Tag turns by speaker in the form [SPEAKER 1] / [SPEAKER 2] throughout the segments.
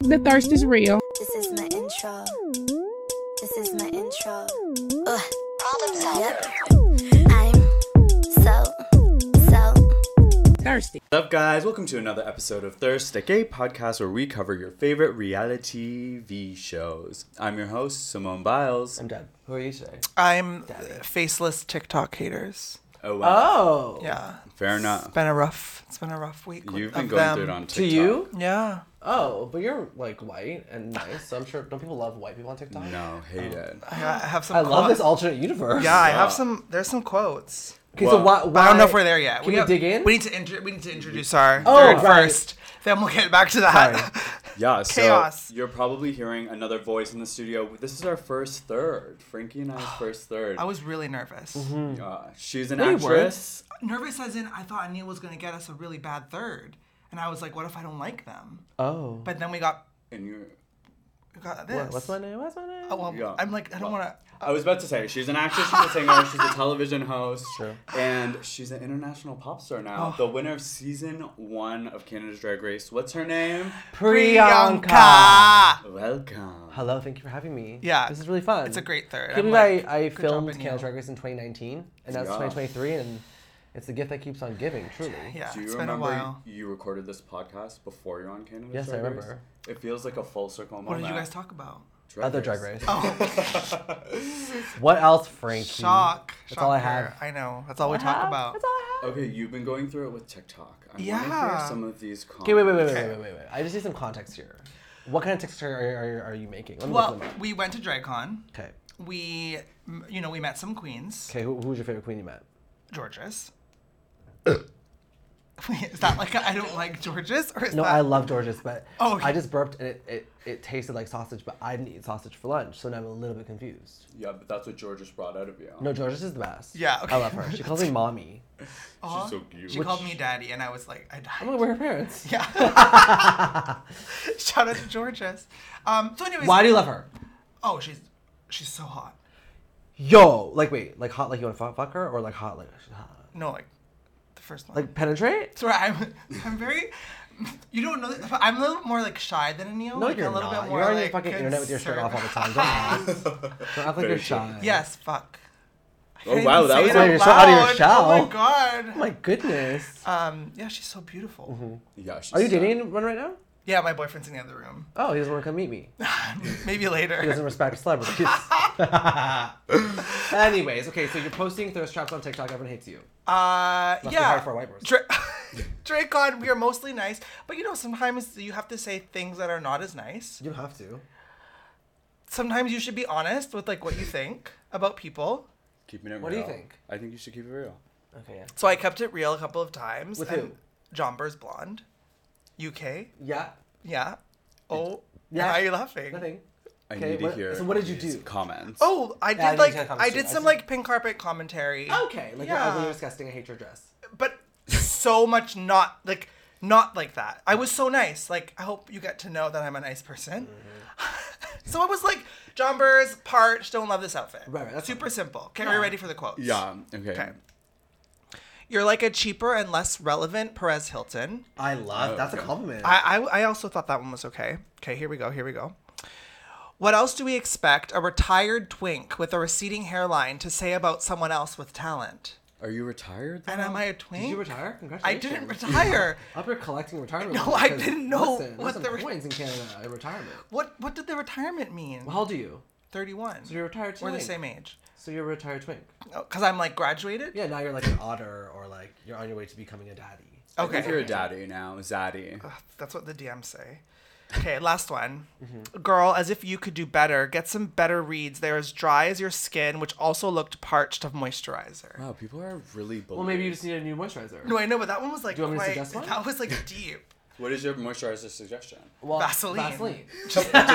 [SPEAKER 1] The thirst is real.
[SPEAKER 2] This is my intro. This is my intro. Ugh. Problem Yep. I'm so, so
[SPEAKER 1] Thirsty.
[SPEAKER 3] What's up, guys? Welcome to another episode of Thirst, a gay podcast where we cover your favorite reality TV shows. I'm your host, Simone Biles.
[SPEAKER 4] I'm dead. Who are you today?
[SPEAKER 5] I'm faceless TikTok haters.
[SPEAKER 3] Oh,
[SPEAKER 5] Uh,
[SPEAKER 3] wow.
[SPEAKER 4] Oh,
[SPEAKER 5] Yeah,
[SPEAKER 3] Fair enough.
[SPEAKER 5] it's been a rough. It's been a rough week. with-
[SPEAKER 3] You've been
[SPEAKER 5] of
[SPEAKER 3] going
[SPEAKER 5] them.
[SPEAKER 3] through it on TikTok.
[SPEAKER 4] to you?
[SPEAKER 5] Yeah,
[SPEAKER 4] Oh, but you're like white and nice, so I'm sure. Don't people love white people on TikTok?
[SPEAKER 3] No, hate it.
[SPEAKER 5] I ha- I have some.
[SPEAKER 4] I love this
[SPEAKER 5] quotes.
[SPEAKER 4] alternate universe.
[SPEAKER 5] Yeah, I
[SPEAKER 3] Wow.
[SPEAKER 5] have some. There's some quotes.
[SPEAKER 4] Okay, so why,
[SPEAKER 5] But I don't know
[SPEAKER 4] why-
[SPEAKER 5] if we're there yet.
[SPEAKER 4] Can we,
[SPEAKER 5] have-
[SPEAKER 4] dig in?
[SPEAKER 5] We need to intro- we need to introduce our
[SPEAKER 4] Oh,
[SPEAKER 5] third
[SPEAKER 4] right.
[SPEAKER 5] first. Then we'll get back to that.
[SPEAKER 3] Yeah, so
[SPEAKER 5] Chaos.
[SPEAKER 3] you're probably hearing another voice in the studio. This is our first third. Frankie and I's first third.
[SPEAKER 5] I was really nervous.
[SPEAKER 4] Mm-hmm.
[SPEAKER 3] Uh, she's an
[SPEAKER 4] No, you
[SPEAKER 3] actress.
[SPEAKER 5] Nervous as in I thought Neil was gonna get us a really bad third, and I was like, what if I don't like them?
[SPEAKER 4] oh.
[SPEAKER 5] But then we got
[SPEAKER 3] And you're.
[SPEAKER 5] we got this.
[SPEAKER 4] What, what's my name? What's my name?
[SPEAKER 5] Oh, well,
[SPEAKER 3] Yeah.
[SPEAKER 5] I'm like I don't want to.
[SPEAKER 3] I was about to say she's an actress, she's a singer, she's a television host, and she's an international pop star now. The
[SPEAKER 5] Oh.
[SPEAKER 3] winner of season one of Canada's Drag Race. What's her name?
[SPEAKER 4] Priyanka.
[SPEAKER 3] Welcome.
[SPEAKER 4] Hello, thank you for having me.
[SPEAKER 5] Yeah.
[SPEAKER 4] this is really fun.
[SPEAKER 5] It's a great third.
[SPEAKER 4] Keep
[SPEAKER 5] I'm
[SPEAKER 4] in
[SPEAKER 5] like,
[SPEAKER 4] mind, I, I
[SPEAKER 5] good job,
[SPEAKER 4] filmed
[SPEAKER 5] Neil.
[SPEAKER 4] Canada's Drag Race in 2019, and now it's
[SPEAKER 3] Yeah.
[SPEAKER 4] 2023, and it's the gift that keeps on giving. Truly.
[SPEAKER 5] Yeah,
[SPEAKER 3] Do you
[SPEAKER 5] it's been a
[SPEAKER 3] remember
[SPEAKER 5] while.
[SPEAKER 3] you recorded this podcast before you're on Canada's
[SPEAKER 4] Yes, I
[SPEAKER 3] Drag Race?
[SPEAKER 4] remember.
[SPEAKER 3] It feels like a full circle
[SPEAKER 5] What
[SPEAKER 3] moment.
[SPEAKER 5] did you guys talk about?
[SPEAKER 3] Drag
[SPEAKER 4] Other Drag Race.
[SPEAKER 3] Oh.
[SPEAKER 4] What else, Frankie?
[SPEAKER 5] Shock.
[SPEAKER 4] Hmm. That's all I
[SPEAKER 5] shocker.
[SPEAKER 4] have.
[SPEAKER 5] I know. That's all we talk about.
[SPEAKER 4] That's all I have.
[SPEAKER 3] okay, you've been going through it with TikTok. I want to hear
[SPEAKER 5] Yeah.
[SPEAKER 3] some of these comments.
[SPEAKER 4] Okay, wait, wait, wait, wait, wait, wait, wait, wait. I just need some context here. What kind of TikToks are, are, are you making? Let me look
[SPEAKER 5] Well,
[SPEAKER 4] them up.
[SPEAKER 5] we went to DragCon.
[SPEAKER 4] Okay.
[SPEAKER 5] We, m- you know, we met some queens.
[SPEAKER 4] Okay, who, who's your favorite queen you met?
[SPEAKER 5] Georges. Wait, is that like I I don't like Georges? Or is
[SPEAKER 4] No,
[SPEAKER 5] that...
[SPEAKER 4] I love George's, but
[SPEAKER 5] Uh, Oh, okay.
[SPEAKER 4] I just burped and it, it, it tasted like sausage, but I didn't eat sausage for lunch, so now I'm a little bit confused.
[SPEAKER 3] Yeah, but that's what George just brought out of you.
[SPEAKER 4] No, George's is the best.
[SPEAKER 5] Yeah, okay.
[SPEAKER 4] I love her. She calls me mommy.
[SPEAKER 5] Aw.
[SPEAKER 3] She's so cute.
[SPEAKER 5] She called me daddy, and I was like, I
[SPEAKER 4] I'm like,
[SPEAKER 5] died.
[SPEAKER 4] we're her parents.
[SPEAKER 5] Yeah. Shout out to Georges. Um. So, anyways.
[SPEAKER 4] Why do you love her?
[SPEAKER 5] Oh, she's she's so hot.
[SPEAKER 4] Yo, like, wait, like hot, like you want to fuck, fuck her, or like hot, like she's hot?
[SPEAKER 5] No, like the first one.
[SPEAKER 4] like penetrate?
[SPEAKER 5] Sorry, I'm I'm very. You don't know. that- I'm a little more like shy than Anil.
[SPEAKER 4] No,
[SPEAKER 5] like,
[SPEAKER 4] you're
[SPEAKER 5] a little
[SPEAKER 4] not.
[SPEAKER 5] Bit more,
[SPEAKER 4] You're on your
[SPEAKER 5] like,
[SPEAKER 4] fucking internet with your shirt off all
[SPEAKER 5] concerned.
[SPEAKER 4] the time. Don't act. Don't act like
[SPEAKER 3] Very
[SPEAKER 4] you're
[SPEAKER 3] true.
[SPEAKER 4] shy.
[SPEAKER 5] Yes, fuck. I
[SPEAKER 3] Oh,
[SPEAKER 5] can't
[SPEAKER 3] wow,
[SPEAKER 5] even
[SPEAKER 3] that
[SPEAKER 5] say
[SPEAKER 3] was
[SPEAKER 5] it
[SPEAKER 3] like
[SPEAKER 4] you're so out of your
[SPEAKER 5] loud.
[SPEAKER 4] shell.
[SPEAKER 5] Oh my god.
[SPEAKER 4] Oh my goodness.
[SPEAKER 5] um, yeah, she's so beautiful.
[SPEAKER 4] Mm-hmm.
[SPEAKER 3] Yeah, she's
[SPEAKER 4] Are you
[SPEAKER 3] sad.
[SPEAKER 4] dating anyone right now?
[SPEAKER 5] Yeah, my boyfriend's in the other room.
[SPEAKER 4] Oh, he doesn't want to come meet me.
[SPEAKER 5] Maybe later.
[SPEAKER 4] He doesn't respect celebrities. Anyways, okay, so you're posting thirst traps on TikTok. Everyone hates you.
[SPEAKER 5] Uh,
[SPEAKER 4] Must be
[SPEAKER 5] yeah.
[SPEAKER 4] hard for a white person.
[SPEAKER 5] Dra- Dracon, we are mostly nice, but you know sometimes you have to say things that are not as nice.
[SPEAKER 4] You have to.
[SPEAKER 5] Sometimes you should be honest with like what you think about people.
[SPEAKER 3] Keeping it
[SPEAKER 4] What do
[SPEAKER 3] real.
[SPEAKER 4] you think?
[SPEAKER 3] I think you should keep it real.
[SPEAKER 4] Okay. Yeah.
[SPEAKER 5] So I kept it real a couple of times.
[SPEAKER 4] With
[SPEAKER 5] and
[SPEAKER 4] who?
[SPEAKER 5] John Burr's Blonde. UK.
[SPEAKER 4] Yeah.
[SPEAKER 5] Yeah. Oh.
[SPEAKER 4] Yeah.
[SPEAKER 5] Why are you laughing?
[SPEAKER 4] Nothing.
[SPEAKER 3] I
[SPEAKER 4] Okay,
[SPEAKER 3] need
[SPEAKER 4] what-
[SPEAKER 3] to hear.
[SPEAKER 4] so what did you
[SPEAKER 3] these
[SPEAKER 4] do?
[SPEAKER 3] Comments.
[SPEAKER 5] Oh, I did
[SPEAKER 4] Yeah, I didn't
[SPEAKER 5] like
[SPEAKER 4] see that
[SPEAKER 5] I did
[SPEAKER 4] conversation. Oh,
[SPEAKER 5] some
[SPEAKER 4] I just-
[SPEAKER 5] like pink carpet commentary.
[SPEAKER 4] Okay. Like you're
[SPEAKER 5] Yeah.
[SPEAKER 4] ugly, you're disgusting. I hate your dress.
[SPEAKER 5] But so much not like not like that. I was so nice. Like I hope you get to know that I'm a nice person.
[SPEAKER 4] Mm-hmm.
[SPEAKER 5] so it was like John Burr's parched, don't love this outfit.
[SPEAKER 4] Right, right, that's
[SPEAKER 5] Super simple. Okay, we are you ready for the quotes?
[SPEAKER 3] Yeah. Okay.
[SPEAKER 5] Okay. You're like a cheaper and less relevant Perez Hilton.
[SPEAKER 4] I love. That's a
[SPEAKER 3] okay.
[SPEAKER 4] compliment.
[SPEAKER 5] I, I I also thought that one was okay. Okay, here we go. Here we go. What else do we expect a retired twink with a receding hairline to say about someone else with talent?
[SPEAKER 3] Are you retired?
[SPEAKER 5] And am I a twink?
[SPEAKER 4] Um, did you retire?
[SPEAKER 5] I
[SPEAKER 4] Congratulations.
[SPEAKER 5] didn't retire.
[SPEAKER 4] Up here collecting retirement.
[SPEAKER 5] No,
[SPEAKER 4] money
[SPEAKER 5] I
[SPEAKER 4] because,
[SPEAKER 5] didn't know
[SPEAKER 4] Listen,
[SPEAKER 5] what
[SPEAKER 4] there's
[SPEAKER 5] the
[SPEAKER 4] some
[SPEAKER 5] re-
[SPEAKER 4] coins in Canada at retirement.
[SPEAKER 5] what what did the retirement mean?
[SPEAKER 4] Well, how old are you?
[SPEAKER 5] 31.
[SPEAKER 4] So you're a retired
[SPEAKER 5] We're the
[SPEAKER 4] twink.
[SPEAKER 5] same age.
[SPEAKER 4] So you're a retired twink.
[SPEAKER 5] Because I'm like graduated?
[SPEAKER 4] Yeah. Now you're like an otter, or like you're on your way to becoming a daddy.
[SPEAKER 3] I think you're
[SPEAKER 5] Okay.
[SPEAKER 3] a daddy now, zaddy.
[SPEAKER 5] Ugh, That's what the DMs say. Okay, last one.
[SPEAKER 4] Mm-hmm.
[SPEAKER 5] Girl, as if you could do better. Get some better reads. They're as dry as your skin, which also looked parched of moisturizer.
[SPEAKER 3] Wow, people are really bold.
[SPEAKER 4] Well, maybe you just need a new moisturizer.
[SPEAKER 5] No, I know, but that one was like
[SPEAKER 4] Do you want me to
[SPEAKER 5] quite,
[SPEAKER 4] suggest one?
[SPEAKER 5] that was like deep.
[SPEAKER 3] What is your moisturizer suggestion?
[SPEAKER 4] Well,
[SPEAKER 5] Vaseline.
[SPEAKER 4] Vaseline.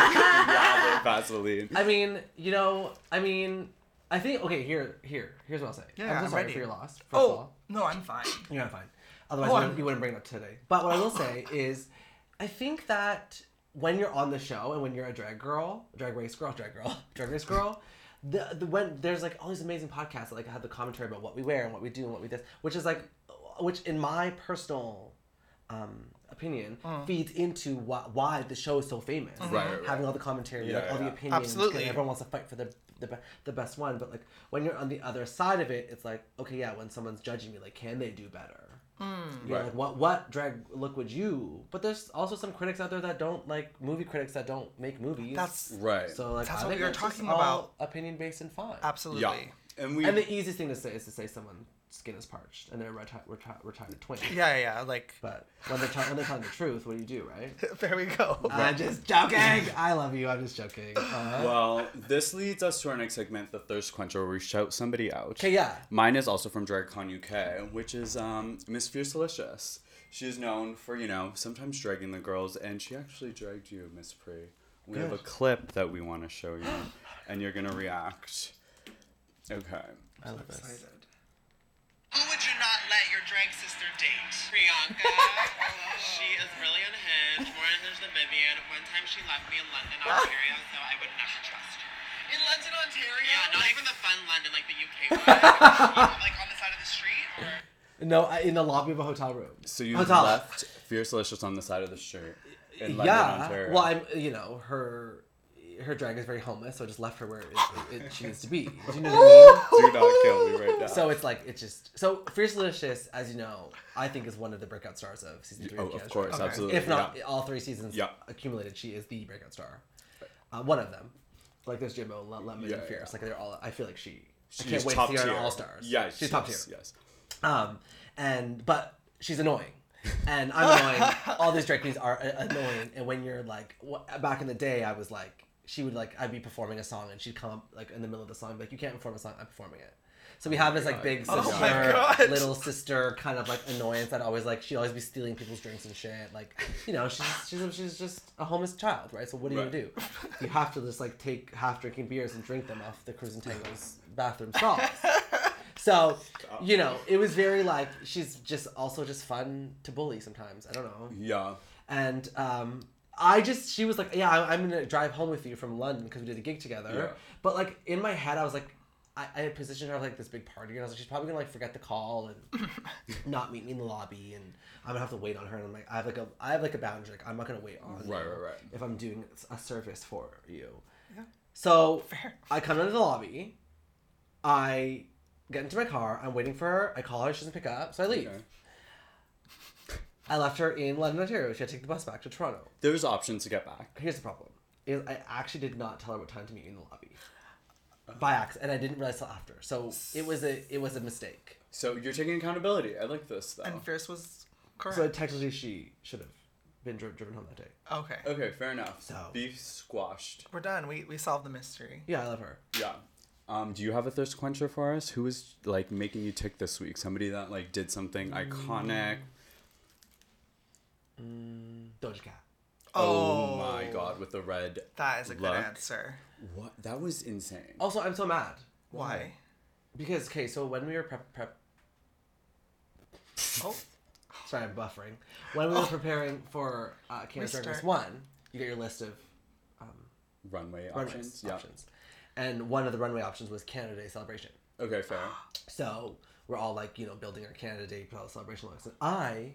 [SPEAKER 3] Rather Vaseline.
[SPEAKER 4] I mean, you know, I mean, I think okay. Here, here, here's what I'll say.
[SPEAKER 5] Yeah,
[SPEAKER 4] I'm so
[SPEAKER 5] I'm
[SPEAKER 4] sorry
[SPEAKER 5] ready.
[SPEAKER 4] for your loss. First of
[SPEAKER 5] Oh
[SPEAKER 4] all,
[SPEAKER 5] no, I'm fine.
[SPEAKER 4] you're not fine. Otherwise,
[SPEAKER 5] Oh,
[SPEAKER 4] you,
[SPEAKER 5] I'm-
[SPEAKER 4] wouldn't, you wouldn't bring it up today. But what I will say is, I think that when you're on the show and when you're a drag girl, drag race girl, drag girl, drag race girl. The, the when there's like all these amazing podcasts that like have the commentary about what we wear and what we do and what we this, which is like, which in my personal um, opinion feeds into why, why the show is so famous.
[SPEAKER 3] Mm. Right, right,
[SPEAKER 4] Having all the commentary,
[SPEAKER 3] Yeah,
[SPEAKER 4] like all the
[SPEAKER 3] yeah.
[SPEAKER 4] opinions, and
[SPEAKER 5] Absolutely.
[SPEAKER 4] everyone wants to fight for the, the be- the best one. But like when you're on the other side of it, it's like okay, yeah, when someone's judging me, like can they do better?
[SPEAKER 5] Hmm.
[SPEAKER 4] You know,
[SPEAKER 3] Right.
[SPEAKER 4] Like what what drag look would you? But there's also some critics out there that don't like movie critics that don't make movies.
[SPEAKER 5] That's
[SPEAKER 3] Right.
[SPEAKER 4] so like
[SPEAKER 5] That's
[SPEAKER 4] I
[SPEAKER 5] what
[SPEAKER 4] think
[SPEAKER 5] we were
[SPEAKER 4] it's just
[SPEAKER 5] talking
[SPEAKER 4] all
[SPEAKER 5] about.
[SPEAKER 4] Opinion based and fine.
[SPEAKER 5] absolutely.
[SPEAKER 3] yeah. And we
[SPEAKER 4] And the easiest thing to say is to say someone's skin is parched and they're a reti- reti- retired twin.
[SPEAKER 5] Yeah, yeah, yeah, Like
[SPEAKER 4] But when they're, ta- when they're telling the truth, what do you do, right?
[SPEAKER 5] there we go.
[SPEAKER 4] I'm just joking. I love you. I'm just joking. Uh-huh.
[SPEAKER 3] well, this leads us to our next segment, the thirst quencher, where we shout somebody out.
[SPEAKER 4] 'Kay, yeah.
[SPEAKER 3] Mine is also from DragCon UK, which is um, Miss Fierce Delicious. She is known for you know sometimes dragging the girls, and she actually dragged you, Miss Pre. We have a clip that we want to show you, and you're gonna react. Okay.
[SPEAKER 4] I love this.
[SPEAKER 6] Who would you not let your drag sister date? Priyanka. she is really unhinged, more unhinged than Vivian. One time she left me in London, Ontario, so I would never trust her. In London, Ontario? Yeah, not even the fun London, like the UK one. like on the side of the street? Or...
[SPEAKER 4] No, I- in the lobby of a hotel room.
[SPEAKER 3] So you
[SPEAKER 4] Hotel.
[SPEAKER 3] left Fierce Delicious on the side of the street in London,
[SPEAKER 4] yeah.
[SPEAKER 3] Ontario.
[SPEAKER 4] Well, I'm. You know, her her drag is very homeless, so I just left her where it, it, it- she needs to be. Do you know what I mean?
[SPEAKER 3] Do not kill me right now.
[SPEAKER 4] So it's like it's just so fierce delicious, as you know. I think is one of the breakout stars of season three.
[SPEAKER 3] oh,
[SPEAKER 4] Canada's
[SPEAKER 3] of
[SPEAKER 4] Drag
[SPEAKER 3] course,
[SPEAKER 4] Race.
[SPEAKER 5] Okay.
[SPEAKER 3] absolutely.
[SPEAKER 4] if not
[SPEAKER 3] yeah.
[SPEAKER 4] all three seasons
[SPEAKER 3] Yeah.
[SPEAKER 4] accumulated, she is the breakout star. Uh, one of them. Like there's Jimbo, Le- Lemon,
[SPEAKER 3] Yeah,
[SPEAKER 4] and
[SPEAKER 3] yeah,
[SPEAKER 4] Fierce. Like they're all. I feel like she. I
[SPEAKER 3] She's
[SPEAKER 4] can't wait to
[SPEAKER 3] top
[SPEAKER 4] see her in
[SPEAKER 3] tier.
[SPEAKER 4] All Stars.
[SPEAKER 3] Yeah,
[SPEAKER 4] she's top tier.
[SPEAKER 3] yes, Yes.
[SPEAKER 4] Um, and but she's annoying, and I'm annoying. All these drag queens are a- annoying, and when you're like wh- back in the day, I was like she would like I'd be performing a song, and she'd come up like in the middle of the song, be like you can't perform a song, I'm performing it. So we have this like big sister,
[SPEAKER 5] Oh my God.
[SPEAKER 4] little sister kind of like annoyance that always like she'd always be stealing people's drinks and shit. Like you know she's she's, she's just a homeless child, right? So what do
[SPEAKER 3] Right.
[SPEAKER 4] you do? You have to just like take half drinking beers and drink them off the Cruise and Tango's bathroom stalls. So, you know, it was very like she's just also just fun to bully sometimes. I don't know.
[SPEAKER 3] Yeah.
[SPEAKER 4] And um, I just she was like, yeah, I, I'm gonna drive home with you from London because we did a gig together.
[SPEAKER 3] Yeah.
[SPEAKER 4] But like in my head, I was like, I, I had positioned her like this big party, and I was like, she's probably gonna like forget the call and not meet me in the lobby, and I'm gonna have to wait on her. And I'm like, I have like a I have like a boundary. Like I'm not gonna wait on
[SPEAKER 3] Right,
[SPEAKER 4] you
[SPEAKER 3] right, right.
[SPEAKER 4] if I'm doing a service for you. So I come into the lobby. I get into my car. I'm waiting for her. I call her. She doesn't pick up. So I leave.
[SPEAKER 3] Okay.
[SPEAKER 4] I left her in London, Ontario. She had to take the bus back to Toronto.
[SPEAKER 3] There's options to get back.
[SPEAKER 4] Here's the problem: is I actually did not tell her what time to meet you in the lobby by
[SPEAKER 3] Uh-huh.
[SPEAKER 4] accident, and I didn't realize till after. So it was a it was a mistake.
[SPEAKER 3] So you're taking accountability. I like this though.
[SPEAKER 5] And Fierce was correct.
[SPEAKER 4] So technically, she should have been dri- driven home that day.
[SPEAKER 5] okay.
[SPEAKER 3] Okay, fair enough.
[SPEAKER 4] So-
[SPEAKER 3] Beef squashed.
[SPEAKER 5] We're done. We we solved the mystery.
[SPEAKER 4] Yeah, I love her.
[SPEAKER 3] Yeah. Um, do you have a thirst quencher for us? Who is like making you tick this week? Somebody that like did something iconic.
[SPEAKER 4] Mm. Doja Cat.
[SPEAKER 3] Oh, my god, with the red.
[SPEAKER 5] That is a good
[SPEAKER 3] look.
[SPEAKER 5] answer.
[SPEAKER 3] What? That was insane.
[SPEAKER 4] Also, I'm so mad
[SPEAKER 5] Why?
[SPEAKER 4] because okay, so when we were prep prep
[SPEAKER 5] Oh,
[SPEAKER 4] Sorry, I'm buffering. When
[SPEAKER 3] Oh.
[SPEAKER 4] we were preparing for uh, Canada's Drag Race
[SPEAKER 5] Restart.
[SPEAKER 4] 1, you get your list of
[SPEAKER 3] Runway
[SPEAKER 4] runways,
[SPEAKER 3] options. Yeah.
[SPEAKER 4] options. And one of the runway options was Canada Day celebration.
[SPEAKER 3] Okay, fair.
[SPEAKER 4] So we're all like, you know, building our Canada Day celebration looks. And I,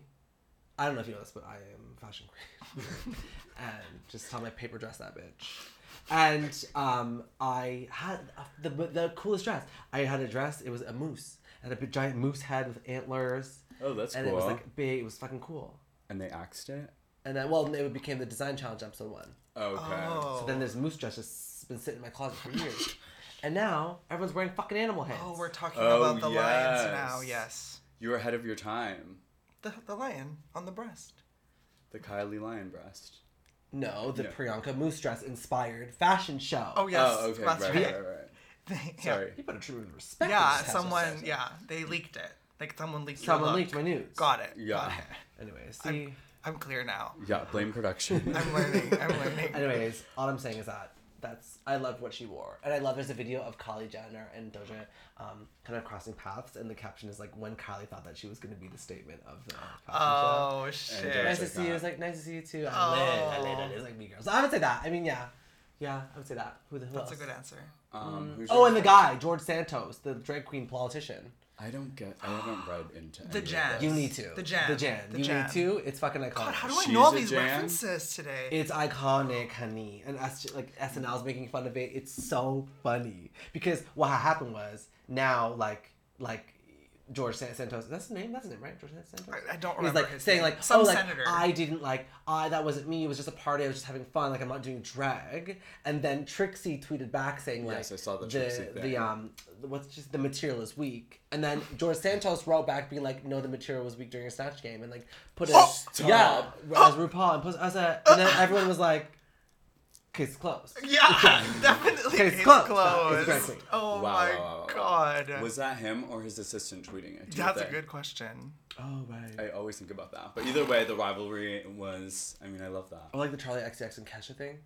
[SPEAKER 4] I don't know if you know this, but I am a fashion queen. and just tell my paper dress that bitch. And um, I had uh, the, the coolest dress. I had a dress, it was a moose. It had a big, giant moose head with antlers.
[SPEAKER 3] Oh, that's
[SPEAKER 4] and
[SPEAKER 3] cool.
[SPEAKER 4] it was like big, it was fucking cool.
[SPEAKER 3] and they axed it.
[SPEAKER 4] And then, well, it became the design challenge episode one.
[SPEAKER 3] Okay.
[SPEAKER 5] oh.
[SPEAKER 4] Uh, So then there's moose dress that's been sitting in my closet for years. and now everyone's wearing fucking animal heads.
[SPEAKER 5] Oh, we're talking
[SPEAKER 3] Oh,
[SPEAKER 5] about the lions now.
[SPEAKER 3] yes.
[SPEAKER 5] Yes.
[SPEAKER 3] You were ahead of your time.
[SPEAKER 5] The the lion on the breast.
[SPEAKER 3] The Kylie lion breast.
[SPEAKER 4] No, the
[SPEAKER 3] No.
[SPEAKER 4] Priyanka moose dress inspired fashion show.
[SPEAKER 5] Oh yes.
[SPEAKER 3] oh, okay. Right,
[SPEAKER 5] That's
[SPEAKER 3] right, right, right.
[SPEAKER 5] right. Yeah.
[SPEAKER 3] Sorry.
[SPEAKER 4] You better treat me with respect.
[SPEAKER 5] Yeah,
[SPEAKER 4] when this
[SPEAKER 5] someone.
[SPEAKER 4] happens.
[SPEAKER 5] Yeah, they leaked it. Like someone leaked. your
[SPEAKER 4] Someone
[SPEAKER 5] look.
[SPEAKER 4] leaked my news.
[SPEAKER 5] Got it.
[SPEAKER 3] Yeah.
[SPEAKER 5] Got it.
[SPEAKER 4] Anyways, see.
[SPEAKER 5] I'm clear now.
[SPEAKER 3] Yeah, blame production.
[SPEAKER 5] I'm learning. I'm learning.
[SPEAKER 4] Anyways, all I'm saying is that that's I loved what she wore, and I love there's a video of Kylie Jenner and Doja um, kind of crossing paths, and the caption is like when Kylie thought that she was going to be the statement of the fashion show.
[SPEAKER 5] Oh
[SPEAKER 4] Nice
[SPEAKER 5] shit.
[SPEAKER 3] there's-
[SPEAKER 4] to
[SPEAKER 3] Like
[SPEAKER 4] see you.
[SPEAKER 3] that.
[SPEAKER 4] It's like nice to see you too. I lit, I lit, I lit. It's like me girls. I would say that. I mean, yeah, yeah, I would say that. Who the who
[SPEAKER 5] That's a
[SPEAKER 4] else?
[SPEAKER 5] good answer.
[SPEAKER 3] Um, who's
[SPEAKER 4] Oh,
[SPEAKER 3] your
[SPEAKER 4] and the
[SPEAKER 3] favorite?
[SPEAKER 4] guy George Santos, the drag queen politician.
[SPEAKER 3] I don't get. I haven't read into any
[SPEAKER 5] The
[SPEAKER 3] of
[SPEAKER 5] Jan.
[SPEAKER 3] this.
[SPEAKER 4] You need to.
[SPEAKER 5] The Jan.
[SPEAKER 4] The Jan.
[SPEAKER 5] The
[SPEAKER 4] you
[SPEAKER 5] Jan.
[SPEAKER 4] need to. It's fucking iconic.
[SPEAKER 5] God, how do I
[SPEAKER 3] She's
[SPEAKER 5] know all
[SPEAKER 3] a
[SPEAKER 5] these
[SPEAKER 3] Jan?
[SPEAKER 5] references today?
[SPEAKER 4] It's iconic, honey. And S- like SNL's making fun of it. It's so funny because what had happened was now like like George San- Santos. That's his name. That's his name, right? George San- Santos.
[SPEAKER 5] I- I don't
[SPEAKER 4] He's
[SPEAKER 5] remember
[SPEAKER 4] like
[SPEAKER 5] his
[SPEAKER 4] saying
[SPEAKER 5] name.
[SPEAKER 4] like
[SPEAKER 5] Some
[SPEAKER 4] oh like
[SPEAKER 5] senator.
[SPEAKER 4] I didn't like I that wasn't me. It was just a party. I was just having fun. Like I'm not doing drag. And then Trixie tweeted back saying like
[SPEAKER 3] Yes, I saw the Trixie
[SPEAKER 4] the,
[SPEAKER 3] thing.
[SPEAKER 4] the um what's just the material is weak. And then George Santos wrote back being like no the material was weak during a snatch game and like put a
[SPEAKER 5] Oh,
[SPEAKER 4] yeah as RuPaul and, put, as a, and then everyone was like case closed.
[SPEAKER 5] yeah, definitely.
[SPEAKER 4] Okay, it's
[SPEAKER 5] it's
[SPEAKER 4] closed.
[SPEAKER 5] closed.
[SPEAKER 4] It's a drag queen.
[SPEAKER 5] Oh
[SPEAKER 3] Wow,
[SPEAKER 5] my
[SPEAKER 3] wow, wow, wow.
[SPEAKER 5] god.
[SPEAKER 3] Was that him or his assistant tweeting it? Do you
[SPEAKER 5] That's a
[SPEAKER 3] think?
[SPEAKER 5] good question.
[SPEAKER 4] Oh right.
[SPEAKER 3] I always think about that. But either way, the rivalry was. I mean, I love that.
[SPEAKER 4] Or like the Charlie XX and Kesha thing.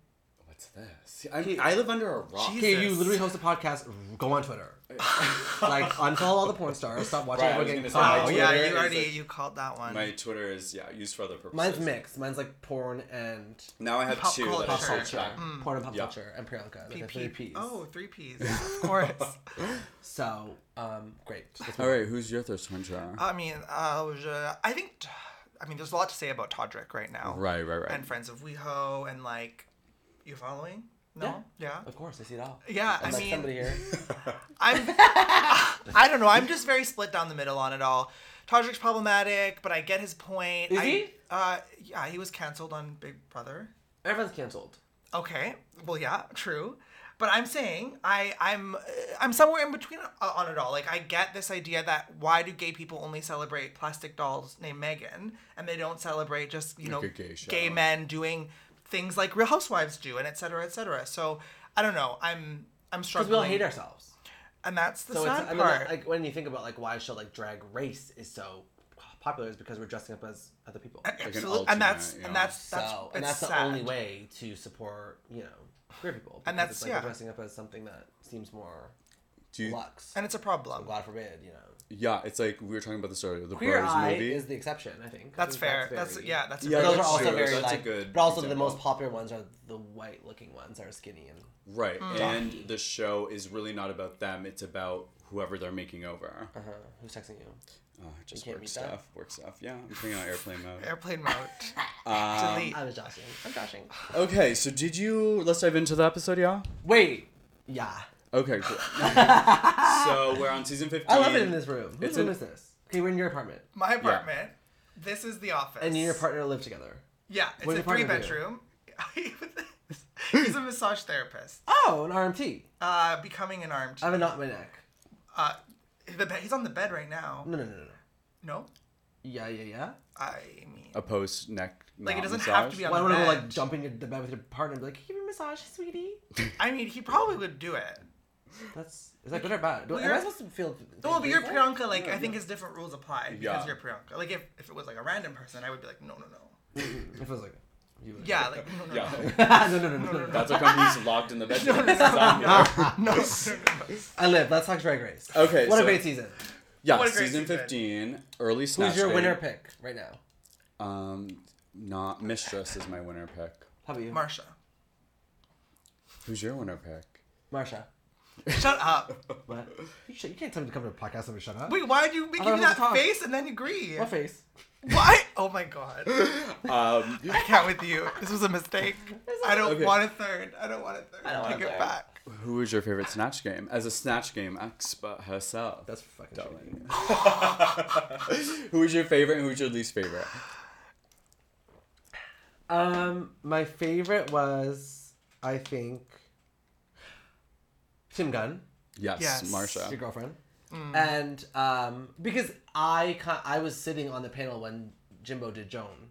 [SPEAKER 3] What's this? I mean, I live under a rock.
[SPEAKER 5] Jesus.
[SPEAKER 4] Okay, you literally host a podcast. Go on Twitter. like unfollow all the porn stars. Stop watching
[SPEAKER 3] Right, I
[SPEAKER 4] everyone
[SPEAKER 3] was gonna
[SPEAKER 4] getting
[SPEAKER 3] say,
[SPEAKER 4] caught.
[SPEAKER 3] like,
[SPEAKER 5] Oh
[SPEAKER 3] Twitter
[SPEAKER 5] yeah,
[SPEAKER 3] is
[SPEAKER 5] you already
[SPEAKER 3] like-
[SPEAKER 5] you called that one.
[SPEAKER 3] My Twitter is yeah used for other purposes.
[SPEAKER 4] Mine's mixed. Mine's like porn and
[SPEAKER 3] Now I have
[SPEAKER 5] Pop
[SPEAKER 3] two that I
[SPEAKER 5] culture.
[SPEAKER 3] should
[SPEAKER 5] Pop
[SPEAKER 3] check.
[SPEAKER 4] porn and pop
[SPEAKER 3] Mm. Yeah.
[SPEAKER 4] culture and Priyanka. Like a three piece.
[SPEAKER 5] Oh, three P's. Of course.
[SPEAKER 4] So um, great. That's
[SPEAKER 3] All right, who's your thirst hunter?
[SPEAKER 5] I mean, uh, je- I think, I mean, there's a lot to say about Todrick right now.
[SPEAKER 3] right, right, right.
[SPEAKER 5] And Friends of WeHo and like, you following? No? Yeah.
[SPEAKER 4] Of course, I see it all.
[SPEAKER 5] Yeah, I
[SPEAKER 4] Unless
[SPEAKER 5] mean,
[SPEAKER 4] somebody here.
[SPEAKER 5] I'm, I don't know. I'm just very split down the middle on it all. Todrick's problematic, but I get his point.
[SPEAKER 4] Is
[SPEAKER 5] I-
[SPEAKER 4] he?
[SPEAKER 5] Uh, yeah, he was canceled on Big Brother.
[SPEAKER 4] Everyone's canceled.
[SPEAKER 5] Okay. Well, yeah, true. But I'm saying I I'm uh, I'm somewhere in between o- on it all. Like I get this idea that why do gay people only celebrate plastic dolls named Megan and they don't celebrate just you
[SPEAKER 3] Like a
[SPEAKER 5] know
[SPEAKER 3] gay show.
[SPEAKER 5] gay men doing things like Real Housewives do and et cetera, et cetera. So I don't know. I'm I'm
[SPEAKER 4] Because
[SPEAKER 5] struggling.
[SPEAKER 4] we all hate ourselves.
[SPEAKER 5] And that's the
[SPEAKER 4] So it's,
[SPEAKER 5] sad
[SPEAKER 4] I mean,
[SPEAKER 5] part.
[SPEAKER 4] like when you think about like why a show like Drag Race is so popular is because we're dressing up as other people.
[SPEAKER 3] an
[SPEAKER 5] Absolutely. And that's
[SPEAKER 3] alternate, yeah.
[SPEAKER 5] and that's that's
[SPEAKER 4] so, and
[SPEAKER 5] it's
[SPEAKER 4] that's the
[SPEAKER 5] sad.
[SPEAKER 4] only way to support you know queer people. because
[SPEAKER 5] And that's-
[SPEAKER 4] it's like
[SPEAKER 5] yeah.
[SPEAKER 4] we're dressing up as something that seems more
[SPEAKER 3] Do you,
[SPEAKER 4] luxe.
[SPEAKER 5] And it's a problem.
[SPEAKER 4] God forbid, you know.
[SPEAKER 3] yeah, it's like we were talking about this earlier. The
[SPEAKER 4] Queer
[SPEAKER 3] Bros
[SPEAKER 4] Eye
[SPEAKER 3] movie.
[SPEAKER 4] is the exception, I think.
[SPEAKER 5] That's
[SPEAKER 4] I think
[SPEAKER 5] fair. That's,
[SPEAKER 4] very-
[SPEAKER 5] yeah. That's a
[SPEAKER 3] Yeah,
[SPEAKER 5] very
[SPEAKER 4] Those are
[SPEAKER 3] that's
[SPEAKER 4] also
[SPEAKER 3] true.
[SPEAKER 4] very
[SPEAKER 3] That's a
[SPEAKER 4] like,
[SPEAKER 3] good
[SPEAKER 4] but also the
[SPEAKER 3] example.
[SPEAKER 4] most popular ones are the white-looking ones that are skinny and
[SPEAKER 3] Right,
[SPEAKER 5] Hmm.
[SPEAKER 3] and the show is really not about them. It's about whoever they're making over.
[SPEAKER 4] uh, who's texting you?
[SPEAKER 3] Oh, just
[SPEAKER 4] can't
[SPEAKER 3] work
[SPEAKER 4] read that?
[SPEAKER 3] stuff, work stuff. Yeah, I'm putting on airplane mode.
[SPEAKER 5] airplane mode.
[SPEAKER 3] Um,
[SPEAKER 5] Delete.
[SPEAKER 4] I was joshing. I'm joshing.
[SPEAKER 3] Okay, so did you? Let's dive into the episode, y'all.
[SPEAKER 4] Wait, yeah,
[SPEAKER 3] Okay, cool. so we're on season 15.
[SPEAKER 4] I love it in this room. Whose
[SPEAKER 3] It's
[SPEAKER 4] room
[SPEAKER 3] an-
[SPEAKER 4] is this? Okay, we're in your apartment,
[SPEAKER 5] My apartment. This is the office.
[SPEAKER 4] and you and your partner live together.
[SPEAKER 5] Yeah, it's
[SPEAKER 4] What
[SPEAKER 5] a
[SPEAKER 4] does your
[SPEAKER 5] three
[SPEAKER 4] partner
[SPEAKER 5] bedroom. He's a massage therapist,
[SPEAKER 4] Oh, an RMT.
[SPEAKER 5] uh, becoming an armed.
[SPEAKER 4] I have a knot in my neck.
[SPEAKER 5] Uh, the bed, he's on the bed right now.
[SPEAKER 4] No, no, no, no. no.
[SPEAKER 5] No,
[SPEAKER 4] Yeah, yeah, yeah.
[SPEAKER 5] I mean,
[SPEAKER 3] a post neck.
[SPEAKER 5] Like, it
[SPEAKER 3] knot
[SPEAKER 5] doesn't have
[SPEAKER 3] massage.
[SPEAKER 5] to be on
[SPEAKER 4] Oh, Why
[SPEAKER 5] the
[SPEAKER 4] would I go like
[SPEAKER 5] bed.
[SPEAKER 4] jump in your, the bed with your partner and be like, "Give me a massage, sweetie"?
[SPEAKER 5] I mean, he probably would do it.
[SPEAKER 4] That's is that good or bad? Do, am I
[SPEAKER 5] We're-
[SPEAKER 4] supposed to feel?
[SPEAKER 5] No, Oh, but you're
[SPEAKER 4] thankful?
[SPEAKER 5] Priyanka. Like, I think it's different rules apply because
[SPEAKER 3] Yeah.
[SPEAKER 5] you're Priyanka. Like, if, if it was like a random person, I would be like, no, no, no.
[SPEAKER 4] If it was like, you would-
[SPEAKER 5] Yeah, like no, no, no.
[SPEAKER 3] Yeah,
[SPEAKER 4] no, no, no, no, no, no.
[SPEAKER 3] that's how come he's locked in the bedroom. Because I'm here.
[SPEAKER 5] no, no, no, no.
[SPEAKER 4] I live. Let's talk Drag Race.
[SPEAKER 3] Okay,
[SPEAKER 4] What a
[SPEAKER 3] so-
[SPEAKER 4] great season.
[SPEAKER 3] Yeah,
[SPEAKER 5] What a great
[SPEAKER 3] season
[SPEAKER 5] season.
[SPEAKER 3] 15, early snatch.
[SPEAKER 4] Who's your
[SPEAKER 3] Game.
[SPEAKER 4] winner pick right now?
[SPEAKER 3] Um, not mistress is my winner pick.
[SPEAKER 4] How about you,
[SPEAKER 5] Marsha,
[SPEAKER 3] Who's your winner pick?
[SPEAKER 4] Marsha?
[SPEAKER 5] shut up.
[SPEAKER 4] What? You, should, you can't tell me to come to a podcast and shut up.
[SPEAKER 5] Wait, why do you make
[SPEAKER 4] I don't
[SPEAKER 5] you do
[SPEAKER 4] have
[SPEAKER 5] that
[SPEAKER 4] to talk.
[SPEAKER 5] face and then agree?
[SPEAKER 4] What face?
[SPEAKER 5] Why? Oh my god.
[SPEAKER 3] Um,
[SPEAKER 5] I can't with you. This was a mistake. I don't
[SPEAKER 3] Okay.
[SPEAKER 5] want a third. I don't want a third.
[SPEAKER 4] don't want
[SPEAKER 5] Take
[SPEAKER 4] a
[SPEAKER 5] it
[SPEAKER 4] third.
[SPEAKER 5] back.
[SPEAKER 3] who is your favorite snatch game? As a snatch game expert herself.
[SPEAKER 4] That's fucking shitty.
[SPEAKER 3] darling. who is your favorite and who's your least favorite?
[SPEAKER 4] Um, my favorite was I think Tim Gunn.
[SPEAKER 3] Yes,
[SPEAKER 5] Yes.
[SPEAKER 4] your
[SPEAKER 3] Marsha.
[SPEAKER 4] girlfriend. And um, because I ca- I was sitting on the panel when Jimbo did Joan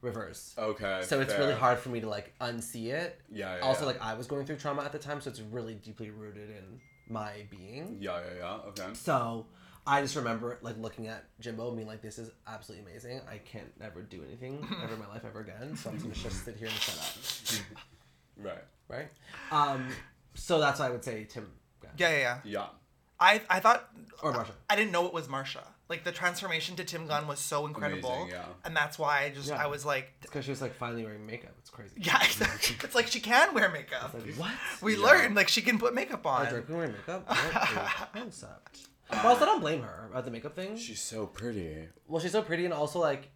[SPEAKER 4] reverse.
[SPEAKER 3] Oh, Okay.
[SPEAKER 4] So it's
[SPEAKER 3] fair.
[SPEAKER 4] really hard for me to like unsee it.
[SPEAKER 3] Yeah, yeah,
[SPEAKER 4] also,
[SPEAKER 3] yeah.
[SPEAKER 4] like I was going through trauma at the time, so it's really deeply rooted in my being.
[SPEAKER 3] Yeah, yeah, yeah. Okay.
[SPEAKER 4] So I just remember like looking at Jimbo and being like, "This is absolutely amazing. I can't ever do anything ever in my life ever again. So I'm just gonna just sit here and shut up."
[SPEAKER 3] Right.
[SPEAKER 4] Right. Um. So that's why I would say Tim.
[SPEAKER 5] Yeah, yeah, yeah.
[SPEAKER 3] Yeah.
[SPEAKER 5] I, I thought
[SPEAKER 4] Or Marsha.
[SPEAKER 5] I didn't know it was Marsha. Like the transformation to Tim Gunn was so incredible,
[SPEAKER 3] Amazing, yeah.
[SPEAKER 5] and that's why I just
[SPEAKER 4] Yeah.
[SPEAKER 5] I was like,
[SPEAKER 4] Because she was like finally wearing makeup. It's crazy.
[SPEAKER 5] yeah, exactly. it's like she can wear makeup.
[SPEAKER 4] Like, what?
[SPEAKER 5] We learned like she can put makeup
[SPEAKER 4] A drag
[SPEAKER 5] on.
[SPEAKER 4] queen wearing makeup? What a concept. But also, I don't blame her about the makeup thing.
[SPEAKER 3] She's so pretty.
[SPEAKER 4] well, she's so pretty, and also like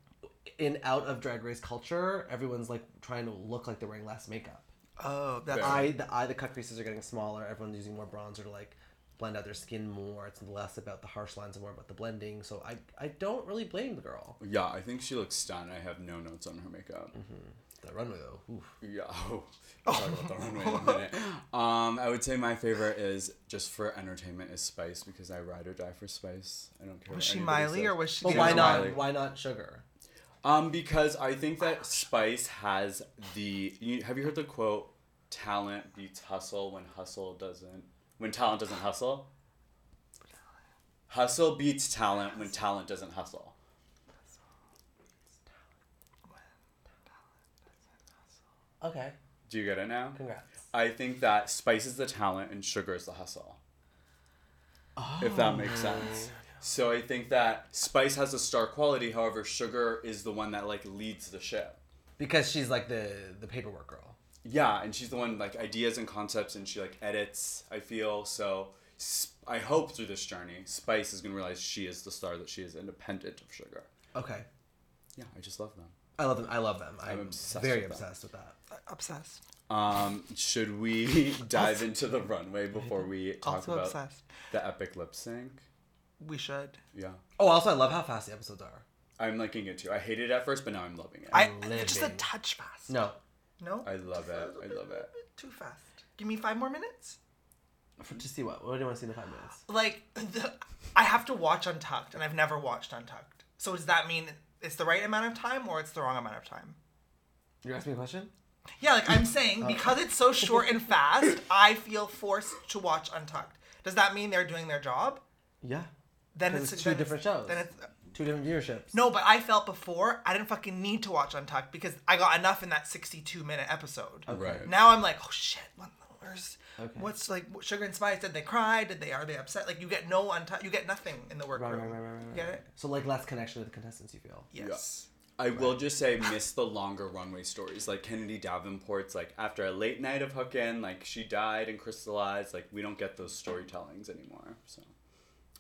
[SPEAKER 4] in out of drag race culture, everyone's like trying to look like they're wearing less makeup.
[SPEAKER 5] Oh, that's
[SPEAKER 3] Yeah.
[SPEAKER 4] Eye, the eye, the cut creases are getting smaller. Everyone's using more bronzer to like blend out their skin more. It's less about the harsh lines and more about the blending. So I, I don't really blame the girl.
[SPEAKER 3] Yeah, I think she looks stunned. I have no notes on her makeup.
[SPEAKER 5] Mm-hmm.
[SPEAKER 4] The runway though, oof.
[SPEAKER 3] Yeah. Oh, we'll talk about the runway in a minute. Um, I would say my favorite is just for entertainment is Spice because I ride or die for Spice. I don't care. what
[SPEAKER 5] Was she
[SPEAKER 3] anybody
[SPEAKER 5] Miley
[SPEAKER 3] says.
[SPEAKER 5] or was she?
[SPEAKER 4] But
[SPEAKER 3] She's
[SPEAKER 5] the
[SPEAKER 4] why
[SPEAKER 5] other
[SPEAKER 4] not?
[SPEAKER 5] one?
[SPEAKER 3] Miley.
[SPEAKER 4] Why not sugar?
[SPEAKER 3] Um, because I think that Spice has the. You, have you heard the quote? Talent beats hustle when hustle doesn't. When talent doesn't hustle. Hustle beats talent when talent doesn't hustle.
[SPEAKER 4] Okay,
[SPEAKER 3] Do you get it now?
[SPEAKER 4] congrats.
[SPEAKER 3] I think that spice is the talent and sugar is the hustle. If that
[SPEAKER 5] Oh,
[SPEAKER 3] makes sense. So I think that spice has a star quality, however, sugar is the one that like leads the ship.
[SPEAKER 4] Because she's like the the paperwork girl.
[SPEAKER 3] Yeah, and she's the one like ideas and concepts, and she like edits. I feel so. Sp- I hope through this journey, Spice is gonna realize she is the star that she is, independent of Sugar.
[SPEAKER 4] Okay,
[SPEAKER 3] Yeah, I just love them.
[SPEAKER 4] I love them. I love them. I'm,
[SPEAKER 3] obsessed
[SPEAKER 4] very
[SPEAKER 3] with them.
[SPEAKER 4] obsessed with that.
[SPEAKER 5] Obsessed.
[SPEAKER 3] Um, should we dive into the runway before we talk
[SPEAKER 5] Also
[SPEAKER 3] about
[SPEAKER 5] obsessed.
[SPEAKER 3] the epic lip sync?
[SPEAKER 5] We should.
[SPEAKER 3] Yeah,
[SPEAKER 4] Oh, also I love how fast the episodes are.
[SPEAKER 3] I'm liking it too. I hated it at first, but now I'm loving it.
[SPEAKER 5] I
[SPEAKER 4] Living.
[SPEAKER 5] just a touch fast.
[SPEAKER 4] No,
[SPEAKER 5] No.
[SPEAKER 3] I love it. I love it.
[SPEAKER 5] Too fast. Give me five more minutes.
[SPEAKER 4] to see what? What do you want to see in the five minutes?
[SPEAKER 5] Like the, I have to watch Untucked, and I've never watched Untucked. So does that mean it's the right amount of time or it's the wrong amount of time?
[SPEAKER 4] You're asking me a question.
[SPEAKER 5] Yeah, like I'm
[SPEAKER 4] Uh,
[SPEAKER 5] saying, because it's so short and fast, I feel forced to watch Untucked. Does that mean they're doing their job?
[SPEAKER 4] Yeah.
[SPEAKER 5] Then
[SPEAKER 4] Because
[SPEAKER 5] it's,
[SPEAKER 4] it's two
[SPEAKER 5] then
[SPEAKER 4] different shows.
[SPEAKER 5] Then it's
[SPEAKER 4] Two different viewerships.
[SPEAKER 5] no, but I felt before I didn't fucking need to watch Untucked because I got enough in that 62 minute episode.
[SPEAKER 3] Right.
[SPEAKER 5] Now I'm like, oh shit, what, where's,
[SPEAKER 4] Okay.
[SPEAKER 5] what's like what- Sugar and Spice? Did they cry? Did they are they upset? Like you get no Untucked, you get nothing in the
[SPEAKER 4] Right,
[SPEAKER 5] workroom.
[SPEAKER 4] right, right, right, right,
[SPEAKER 5] You Get
[SPEAKER 4] right.
[SPEAKER 5] it?
[SPEAKER 4] So like less connection with the contestants, you feel?
[SPEAKER 5] Yes.
[SPEAKER 3] I will just say, miss the longer runway stories. Like Kennedy Davenport's, like after a late night of hooking, like she died and crystallized. Like we don't get those storytellings anymore. So,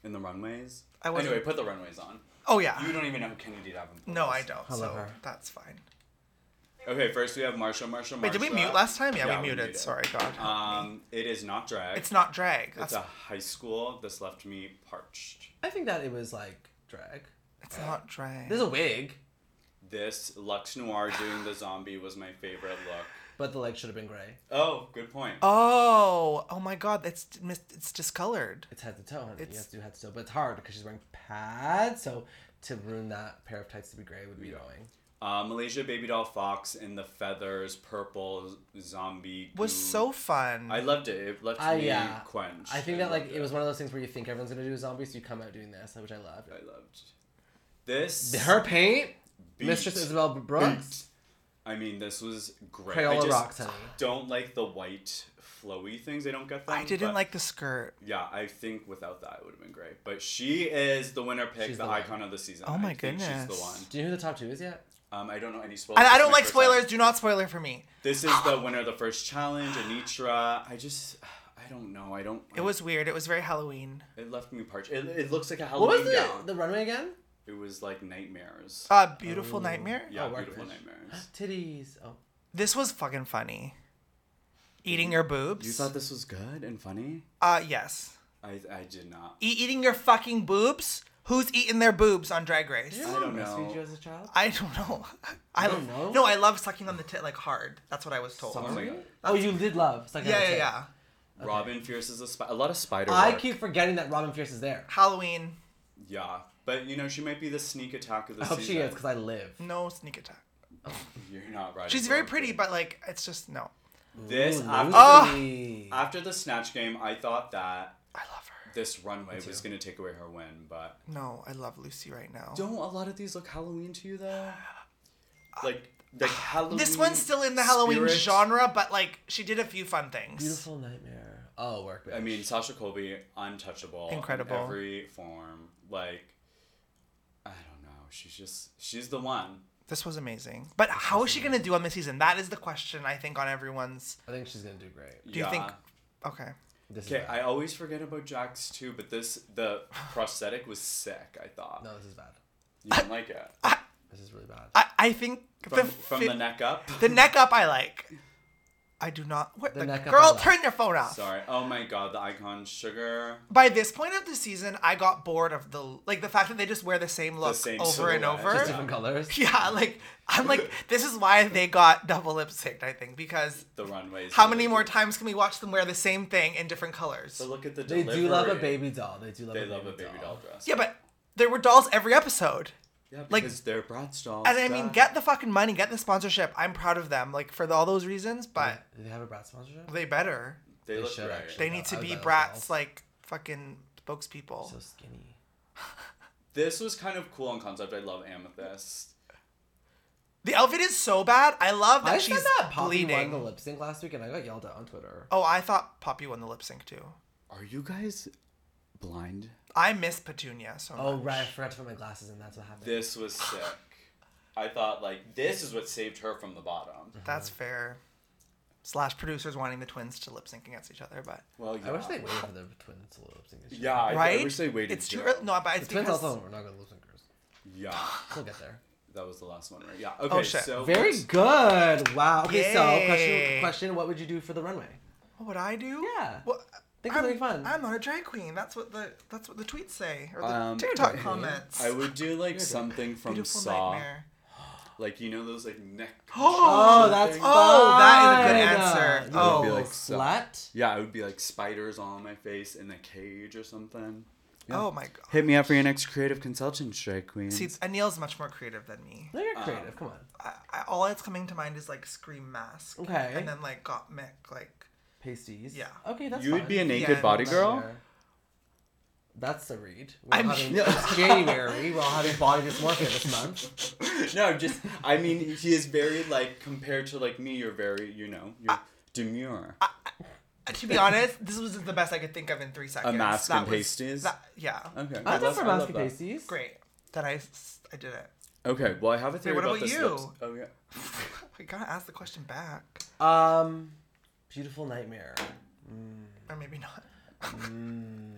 [SPEAKER 3] in the runways.
[SPEAKER 5] I wasn't-
[SPEAKER 3] anyway, put the runways on.
[SPEAKER 5] Oh yeah.
[SPEAKER 3] You don't even know who Kennedy Davenport.
[SPEAKER 5] no,
[SPEAKER 3] is.
[SPEAKER 5] I don't.
[SPEAKER 4] love
[SPEAKER 5] so
[SPEAKER 4] her.
[SPEAKER 5] that's fine.
[SPEAKER 3] Okay, first we have Marsha. Marsha. Marsha.
[SPEAKER 5] Wait, did we mute last time? Yeah,
[SPEAKER 3] Yeah,
[SPEAKER 5] we,
[SPEAKER 3] we
[SPEAKER 5] muted.
[SPEAKER 3] muted.
[SPEAKER 5] Sorry, God.
[SPEAKER 3] Um, it is not drag.
[SPEAKER 5] it's not drag.
[SPEAKER 3] It's
[SPEAKER 5] That's,
[SPEAKER 3] a high school. This left me parched.
[SPEAKER 4] I think that it was like drag.
[SPEAKER 5] it's not drag.
[SPEAKER 4] There's a wig,
[SPEAKER 3] This Lux Noir doing the zombie was my favorite look.
[SPEAKER 4] but the leg should have been gray.
[SPEAKER 3] Oh, good point.
[SPEAKER 5] Oh, oh my God! That's mis- it's discolored.
[SPEAKER 4] It's head to toe, honey. you have to do head to toe, but it's hard because she's wearing pads. So to ruin that pair of tights to be gray would be annoying.
[SPEAKER 3] Uh, Malaysia Baby Doll Fox in the feathers, purple zombie.
[SPEAKER 5] Was
[SPEAKER 3] goo.
[SPEAKER 5] so fun.
[SPEAKER 3] I loved it. It left
[SPEAKER 4] I
[SPEAKER 3] me
[SPEAKER 4] yeah.
[SPEAKER 3] quenched.
[SPEAKER 4] I think
[SPEAKER 3] I
[SPEAKER 4] that like
[SPEAKER 3] loved
[SPEAKER 4] it was one of those things where you think everyone's gonna do a zombie, so you come out doing this, which I love.
[SPEAKER 3] I loved this.
[SPEAKER 4] Her paint,
[SPEAKER 3] beat-
[SPEAKER 4] Mistress Isabel Brooks,
[SPEAKER 3] I mean, this was great. I
[SPEAKER 4] Crayola
[SPEAKER 3] just
[SPEAKER 4] rocks, honey.
[SPEAKER 3] don't like the white flowy things. I don't get them.
[SPEAKER 5] I didn't
[SPEAKER 3] but
[SPEAKER 5] like the skirt.
[SPEAKER 3] Yeah, I think without that it would have been great. But she is the winner pick,
[SPEAKER 4] She's
[SPEAKER 3] the,
[SPEAKER 4] the one.
[SPEAKER 3] icon of the season.
[SPEAKER 5] Oh my
[SPEAKER 3] I think She's
[SPEAKER 5] goodness.
[SPEAKER 3] the one.
[SPEAKER 4] Do you know who the top two is yet?
[SPEAKER 3] Um, I don't know any spoilers.
[SPEAKER 5] I, I
[SPEAKER 3] It's
[SPEAKER 5] don't
[SPEAKER 3] my
[SPEAKER 5] like
[SPEAKER 3] first time.
[SPEAKER 5] spoilers. Do not spoiler for me.
[SPEAKER 3] This is the winner of the first challenge, Anitra. I just, I don't know. I don't.
[SPEAKER 5] It was weird. It was very Halloween.
[SPEAKER 3] It left me parched. It, it looks like a
[SPEAKER 4] What
[SPEAKER 3] Halloween
[SPEAKER 4] was the,
[SPEAKER 3] gown.
[SPEAKER 4] the runway again?
[SPEAKER 3] It was like nightmares.
[SPEAKER 5] Uh, beautiful nightmare.
[SPEAKER 3] yeah,
[SPEAKER 4] oh, work
[SPEAKER 3] beautiful
[SPEAKER 4] wish.
[SPEAKER 3] nightmares.
[SPEAKER 4] Titties. Oh.
[SPEAKER 5] This was fucking funny. Eating your boobs.
[SPEAKER 3] You thought this was good and funny?
[SPEAKER 5] uh, yes.
[SPEAKER 3] I, I did not.
[SPEAKER 5] E- eating your fucking boobs. Who's eating their boobs on Drag Race?
[SPEAKER 3] I don't
[SPEAKER 4] breastfeed you
[SPEAKER 3] know.
[SPEAKER 4] as a child?
[SPEAKER 5] I don't know. I
[SPEAKER 4] don't know?
[SPEAKER 5] No, I love sucking on the tit like hard. That's what I was told.
[SPEAKER 3] Oh my god.
[SPEAKER 4] Oh, you did love. Second
[SPEAKER 5] Yeah,
[SPEAKER 4] Episode.
[SPEAKER 5] yeah, yeah.
[SPEAKER 3] Robin Fierce is a spider. A lot of spider.
[SPEAKER 4] I
[SPEAKER 3] work.
[SPEAKER 4] keep forgetting that Robin Fierce is there.
[SPEAKER 5] Halloween.
[SPEAKER 3] Yeah, but you know she might be the sneak attack of the
[SPEAKER 4] I hope
[SPEAKER 3] season.
[SPEAKER 4] she is because I live.
[SPEAKER 5] No sneak attack.
[SPEAKER 3] You're not right.
[SPEAKER 5] She's very pretty, but like it's just no.
[SPEAKER 3] this after,
[SPEAKER 5] Ah.
[SPEAKER 4] Oh.
[SPEAKER 3] after the snatch game, I thought that
[SPEAKER 5] I love her.
[SPEAKER 3] this runway was gonna take away her win, but
[SPEAKER 5] No, I love Lucy right now.
[SPEAKER 3] don't a lot of these look Halloween to you though? Like the Halloween.
[SPEAKER 5] This one's still in the Halloween
[SPEAKER 3] spirit-
[SPEAKER 5] genre, but like she did a few fun things.
[SPEAKER 4] Beautiful nightmare. Oh, work.
[SPEAKER 3] I mean, Sasha Colby, untouchable, in
[SPEAKER 5] Incredible.
[SPEAKER 3] every form. Like, I don't know. She's just she's the one.
[SPEAKER 5] This was amazing. But how is she gonna do on this season? That is the question I think on everyone's.
[SPEAKER 4] I think she's gonna do great.
[SPEAKER 5] Do you think? Okay.
[SPEAKER 4] This
[SPEAKER 3] Okay,
[SPEAKER 4] is bad.
[SPEAKER 3] I always forget about Jax too, but this the prosthetic was sick. I thought
[SPEAKER 4] no, this is bad.
[SPEAKER 3] you didn't like it
[SPEAKER 4] This is really bad.
[SPEAKER 5] I, I think
[SPEAKER 3] from
[SPEAKER 5] the
[SPEAKER 3] from
[SPEAKER 5] fi-
[SPEAKER 3] the neck up.
[SPEAKER 5] the neck up I like. I do not. What
[SPEAKER 4] The
[SPEAKER 5] the,
[SPEAKER 4] neck up I
[SPEAKER 5] girl?
[SPEAKER 4] like.
[SPEAKER 5] turn your phone off.
[SPEAKER 3] Sorry. Oh my god, the icon sugar.
[SPEAKER 5] By this point of the season, I got bored of the like the fact that they just wear the same look
[SPEAKER 3] same
[SPEAKER 5] over and
[SPEAKER 3] silhouette.
[SPEAKER 5] over.
[SPEAKER 3] Just
[SPEAKER 4] Different colors.
[SPEAKER 5] Yeah, like I'm like this is why they got double lipsticked, I think, because
[SPEAKER 3] The runways.
[SPEAKER 5] how
[SPEAKER 3] really
[SPEAKER 5] many more
[SPEAKER 3] good.
[SPEAKER 5] times can we watch them wear the same thing in different colors?
[SPEAKER 3] So look at the
[SPEAKER 4] They
[SPEAKER 3] delivery.
[SPEAKER 4] do love a baby doll. They do love.
[SPEAKER 3] They
[SPEAKER 4] a baby
[SPEAKER 3] love a baby doll, dress.
[SPEAKER 5] Yeah, but there were dolls every episode.
[SPEAKER 3] yeah, because
[SPEAKER 5] like-
[SPEAKER 3] they're Bratz dolls.
[SPEAKER 5] And I mean,
[SPEAKER 3] duh.
[SPEAKER 5] get the fucking money, get the sponsorship. I'm proud of them, like for all those reasons, but
[SPEAKER 4] Do they have a brat sponsorship?
[SPEAKER 5] they better.
[SPEAKER 3] they,
[SPEAKER 4] they
[SPEAKER 3] look
[SPEAKER 4] should
[SPEAKER 3] great.
[SPEAKER 4] actually.
[SPEAKER 5] They
[SPEAKER 4] No,
[SPEAKER 5] need to
[SPEAKER 4] I would
[SPEAKER 5] be
[SPEAKER 4] buy those
[SPEAKER 5] brats,
[SPEAKER 4] dolls.
[SPEAKER 5] like fucking spokespeople.
[SPEAKER 4] So skinny.
[SPEAKER 3] This was kind of cool in concept. I love amethyst.
[SPEAKER 5] The outfit is so bad. I love that
[SPEAKER 4] I
[SPEAKER 5] she's
[SPEAKER 4] said that Poppy won
[SPEAKER 5] bleeding.
[SPEAKER 4] the lip sync last week, and I got yelled at on Twitter.
[SPEAKER 5] oh, I thought Poppy won the lip sync too.
[SPEAKER 3] Are you guys blind?
[SPEAKER 5] I miss Petunia so
[SPEAKER 4] Oh
[SPEAKER 5] much.
[SPEAKER 4] right, I forgot to put my glasses, and that's what happened.
[SPEAKER 3] This was sick. I thought like this is what saved her from the bottom.
[SPEAKER 5] That's fair. Slash producers wanting the twins to lip sync against each other, but
[SPEAKER 3] Well, yeah.
[SPEAKER 4] I wish they waited for the twins to lip sync. this year.
[SPEAKER 3] Yeah, I,
[SPEAKER 5] right?
[SPEAKER 3] I wish they waited.
[SPEAKER 5] It's too
[SPEAKER 3] till-
[SPEAKER 5] early. No, but it's
[SPEAKER 4] The twins
[SPEAKER 5] because
[SPEAKER 4] also were not good lip synkers.
[SPEAKER 3] Yeah,
[SPEAKER 4] We'll get there.
[SPEAKER 3] that was the last one, right? Yeah. Okay.
[SPEAKER 5] shit.
[SPEAKER 3] So
[SPEAKER 4] Very
[SPEAKER 3] let's-
[SPEAKER 4] good. Wow. Okay, so question,
[SPEAKER 5] Yay.
[SPEAKER 4] question: What would you do for the runway?
[SPEAKER 5] what would I do?
[SPEAKER 4] Yeah.
[SPEAKER 5] Well,
[SPEAKER 4] Think of
[SPEAKER 5] I'm,
[SPEAKER 4] something fun.
[SPEAKER 5] I'm not a drag queen. That's what the that's what the tweets say or the
[SPEAKER 3] Um,
[SPEAKER 5] TikTok comments.
[SPEAKER 3] I would do like something from
[SPEAKER 5] Beautiful
[SPEAKER 3] Saw,
[SPEAKER 5] nightmare.
[SPEAKER 3] like you know those like neck.
[SPEAKER 5] Oh,
[SPEAKER 4] that's
[SPEAKER 5] Oh, that is a good
[SPEAKER 4] fun.
[SPEAKER 5] answer.
[SPEAKER 4] You
[SPEAKER 5] Oh.
[SPEAKER 4] would be like,
[SPEAKER 3] so-
[SPEAKER 4] slut.
[SPEAKER 3] Yeah, it would be like spiders all on my face in a cage or something.
[SPEAKER 5] Oh my god.
[SPEAKER 3] Hit me up for your next creative consultant, drag queen.
[SPEAKER 5] See, Anil's much more creative than me.
[SPEAKER 4] No, you're creative. Come on.
[SPEAKER 5] I, I, all that's coming to mind is like scream mask.
[SPEAKER 4] Okay.
[SPEAKER 5] And then like got Mick like
[SPEAKER 4] Pasties.
[SPEAKER 5] Yeah.
[SPEAKER 4] Okay, that's
[SPEAKER 3] you would
[SPEAKER 4] fine.
[SPEAKER 3] be a naked
[SPEAKER 5] Yeah,
[SPEAKER 3] body
[SPEAKER 5] that's
[SPEAKER 3] girl.
[SPEAKER 4] Sure. That's a read. We're
[SPEAKER 5] I mean-
[SPEAKER 4] having, it's January. We're all having body dysmorphia this month.
[SPEAKER 3] No, just I mean he is very like compared to like me. You're very you know you're demure.
[SPEAKER 5] Uh, To be honest, this was the best I could think of in three seconds.
[SPEAKER 3] mask
[SPEAKER 5] That
[SPEAKER 3] and
[SPEAKER 5] was-
[SPEAKER 3] pasties?
[SPEAKER 5] that- yeah.
[SPEAKER 3] okay,
[SPEAKER 4] I
[SPEAKER 3] love-
[SPEAKER 4] love for
[SPEAKER 3] love
[SPEAKER 4] Masky
[SPEAKER 3] that.
[SPEAKER 4] Pasties.
[SPEAKER 5] Great that I s- I did it.
[SPEAKER 3] Okay, well I have a theory
[SPEAKER 5] what
[SPEAKER 3] about,
[SPEAKER 5] about
[SPEAKER 3] this.
[SPEAKER 5] you?
[SPEAKER 3] lips- Oh yeah.
[SPEAKER 5] We gotta ask the question back,
[SPEAKER 4] Um, Beautiful Nightmare.
[SPEAKER 5] or maybe not.
[SPEAKER 4] Mm.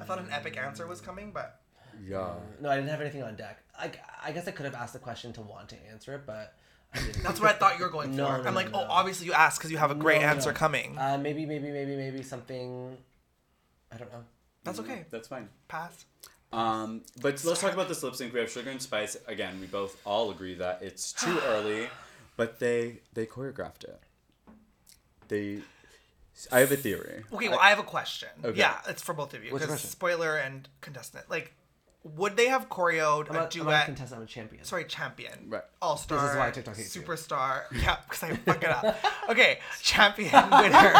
[SPEAKER 5] I thought an epic answer was coming, but
[SPEAKER 3] Yeah.
[SPEAKER 4] No, I didn't have anything on deck. I, I guess I could have asked the question to want to answer it, but I didn't.
[SPEAKER 5] that's what I thought you were going
[SPEAKER 4] No,
[SPEAKER 5] for.
[SPEAKER 4] no,
[SPEAKER 5] I'm like,
[SPEAKER 4] no,
[SPEAKER 5] oh,
[SPEAKER 4] no.
[SPEAKER 5] obviously you asked because you have a great
[SPEAKER 4] No, no, no.
[SPEAKER 5] answer coming.
[SPEAKER 4] Uh, maybe, maybe, maybe, maybe something. I don't know.
[SPEAKER 5] That's okay.
[SPEAKER 3] That's fine.
[SPEAKER 5] Pass.
[SPEAKER 3] Um, but let's talk about this lip sync. We have Sugar and Spice. Again, we both all agree that it's too early, but they they choreographed it. They. I have a theory.
[SPEAKER 5] Okay, well, I have a question.
[SPEAKER 3] Okay.
[SPEAKER 5] Yeah, it's for both of you.
[SPEAKER 4] What's the
[SPEAKER 5] Because
[SPEAKER 4] question?
[SPEAKER 5] spoiler and contestant, like, would they have choreoed
[SPEAKER 4] I'm not,
[SPEAKER 5] a
[SPEAKER 4] I'm not a
[SPEAKER 5] duet?
[SPEAKER 4] contestant. I'm a champion.
[SPEAKER 5] sorry, champion,
[SPEAKER 3] Right.
[SPEAKER 5] all star,
[SPEAKER 4] This is why TikTok hates you.
[SPEAKER 5] superstar. Yeah, because I fuck it up. Okay, champion winner.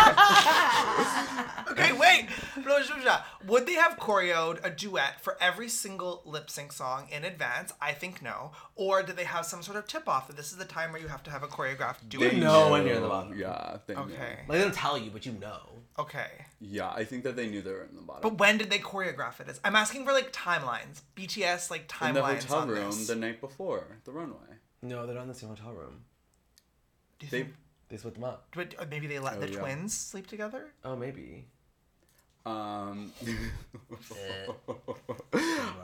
[SPEAKER 5] okay, wait. Blah, blah, blah. Would they have choreoed a duet for every single lip sync song in advance? I think no. Or did they have some sort of tip off that this is the time where you have to have a choreographed duet?
[SPEAKER 3] They
[SPEAKER 4] know when you're in the
[SPEAKER 3] knew.
[SPEAKER 4] bottom.
[SPEAKER 3] Yeah. They knew.
[SPEAKER 5] Okay.
[SPEAKER 4] Like, they don't tell you, but you know.
[SPEAKER 5] Okay.
[SPEAKER 3] Yeah, I think that they knew they were in the bottom.
[SPEAKER 5] But when did they choreograph it? As I'm asking for like timelines, BTS like timelines
[SPEAKER 3] in the hotel
[SPEAKER 5] on
[SPEAKER 3] room
[SPEAKER 5] this.
[SPEAKER 3] the night before the runway.
[SPEAKER 4] No, they're not in the same hotel room.
[SPEAKER 5] Do you
[SPEAKER 3] They
[SPEAKER 5] think-
[SPEAKER 4] They split them up.
[SPEAKER 5] but uh, maybe they let
[SPEAKER 3] Oh,
[SPEAKER 5] the
[SPEAKER 3] yeah.
[SPEAKER 5] twins sleep together.
[SPEAKER 4] Oh, maybe.
[SPEAKER 5] Hmm.
[SPEAKER 3] um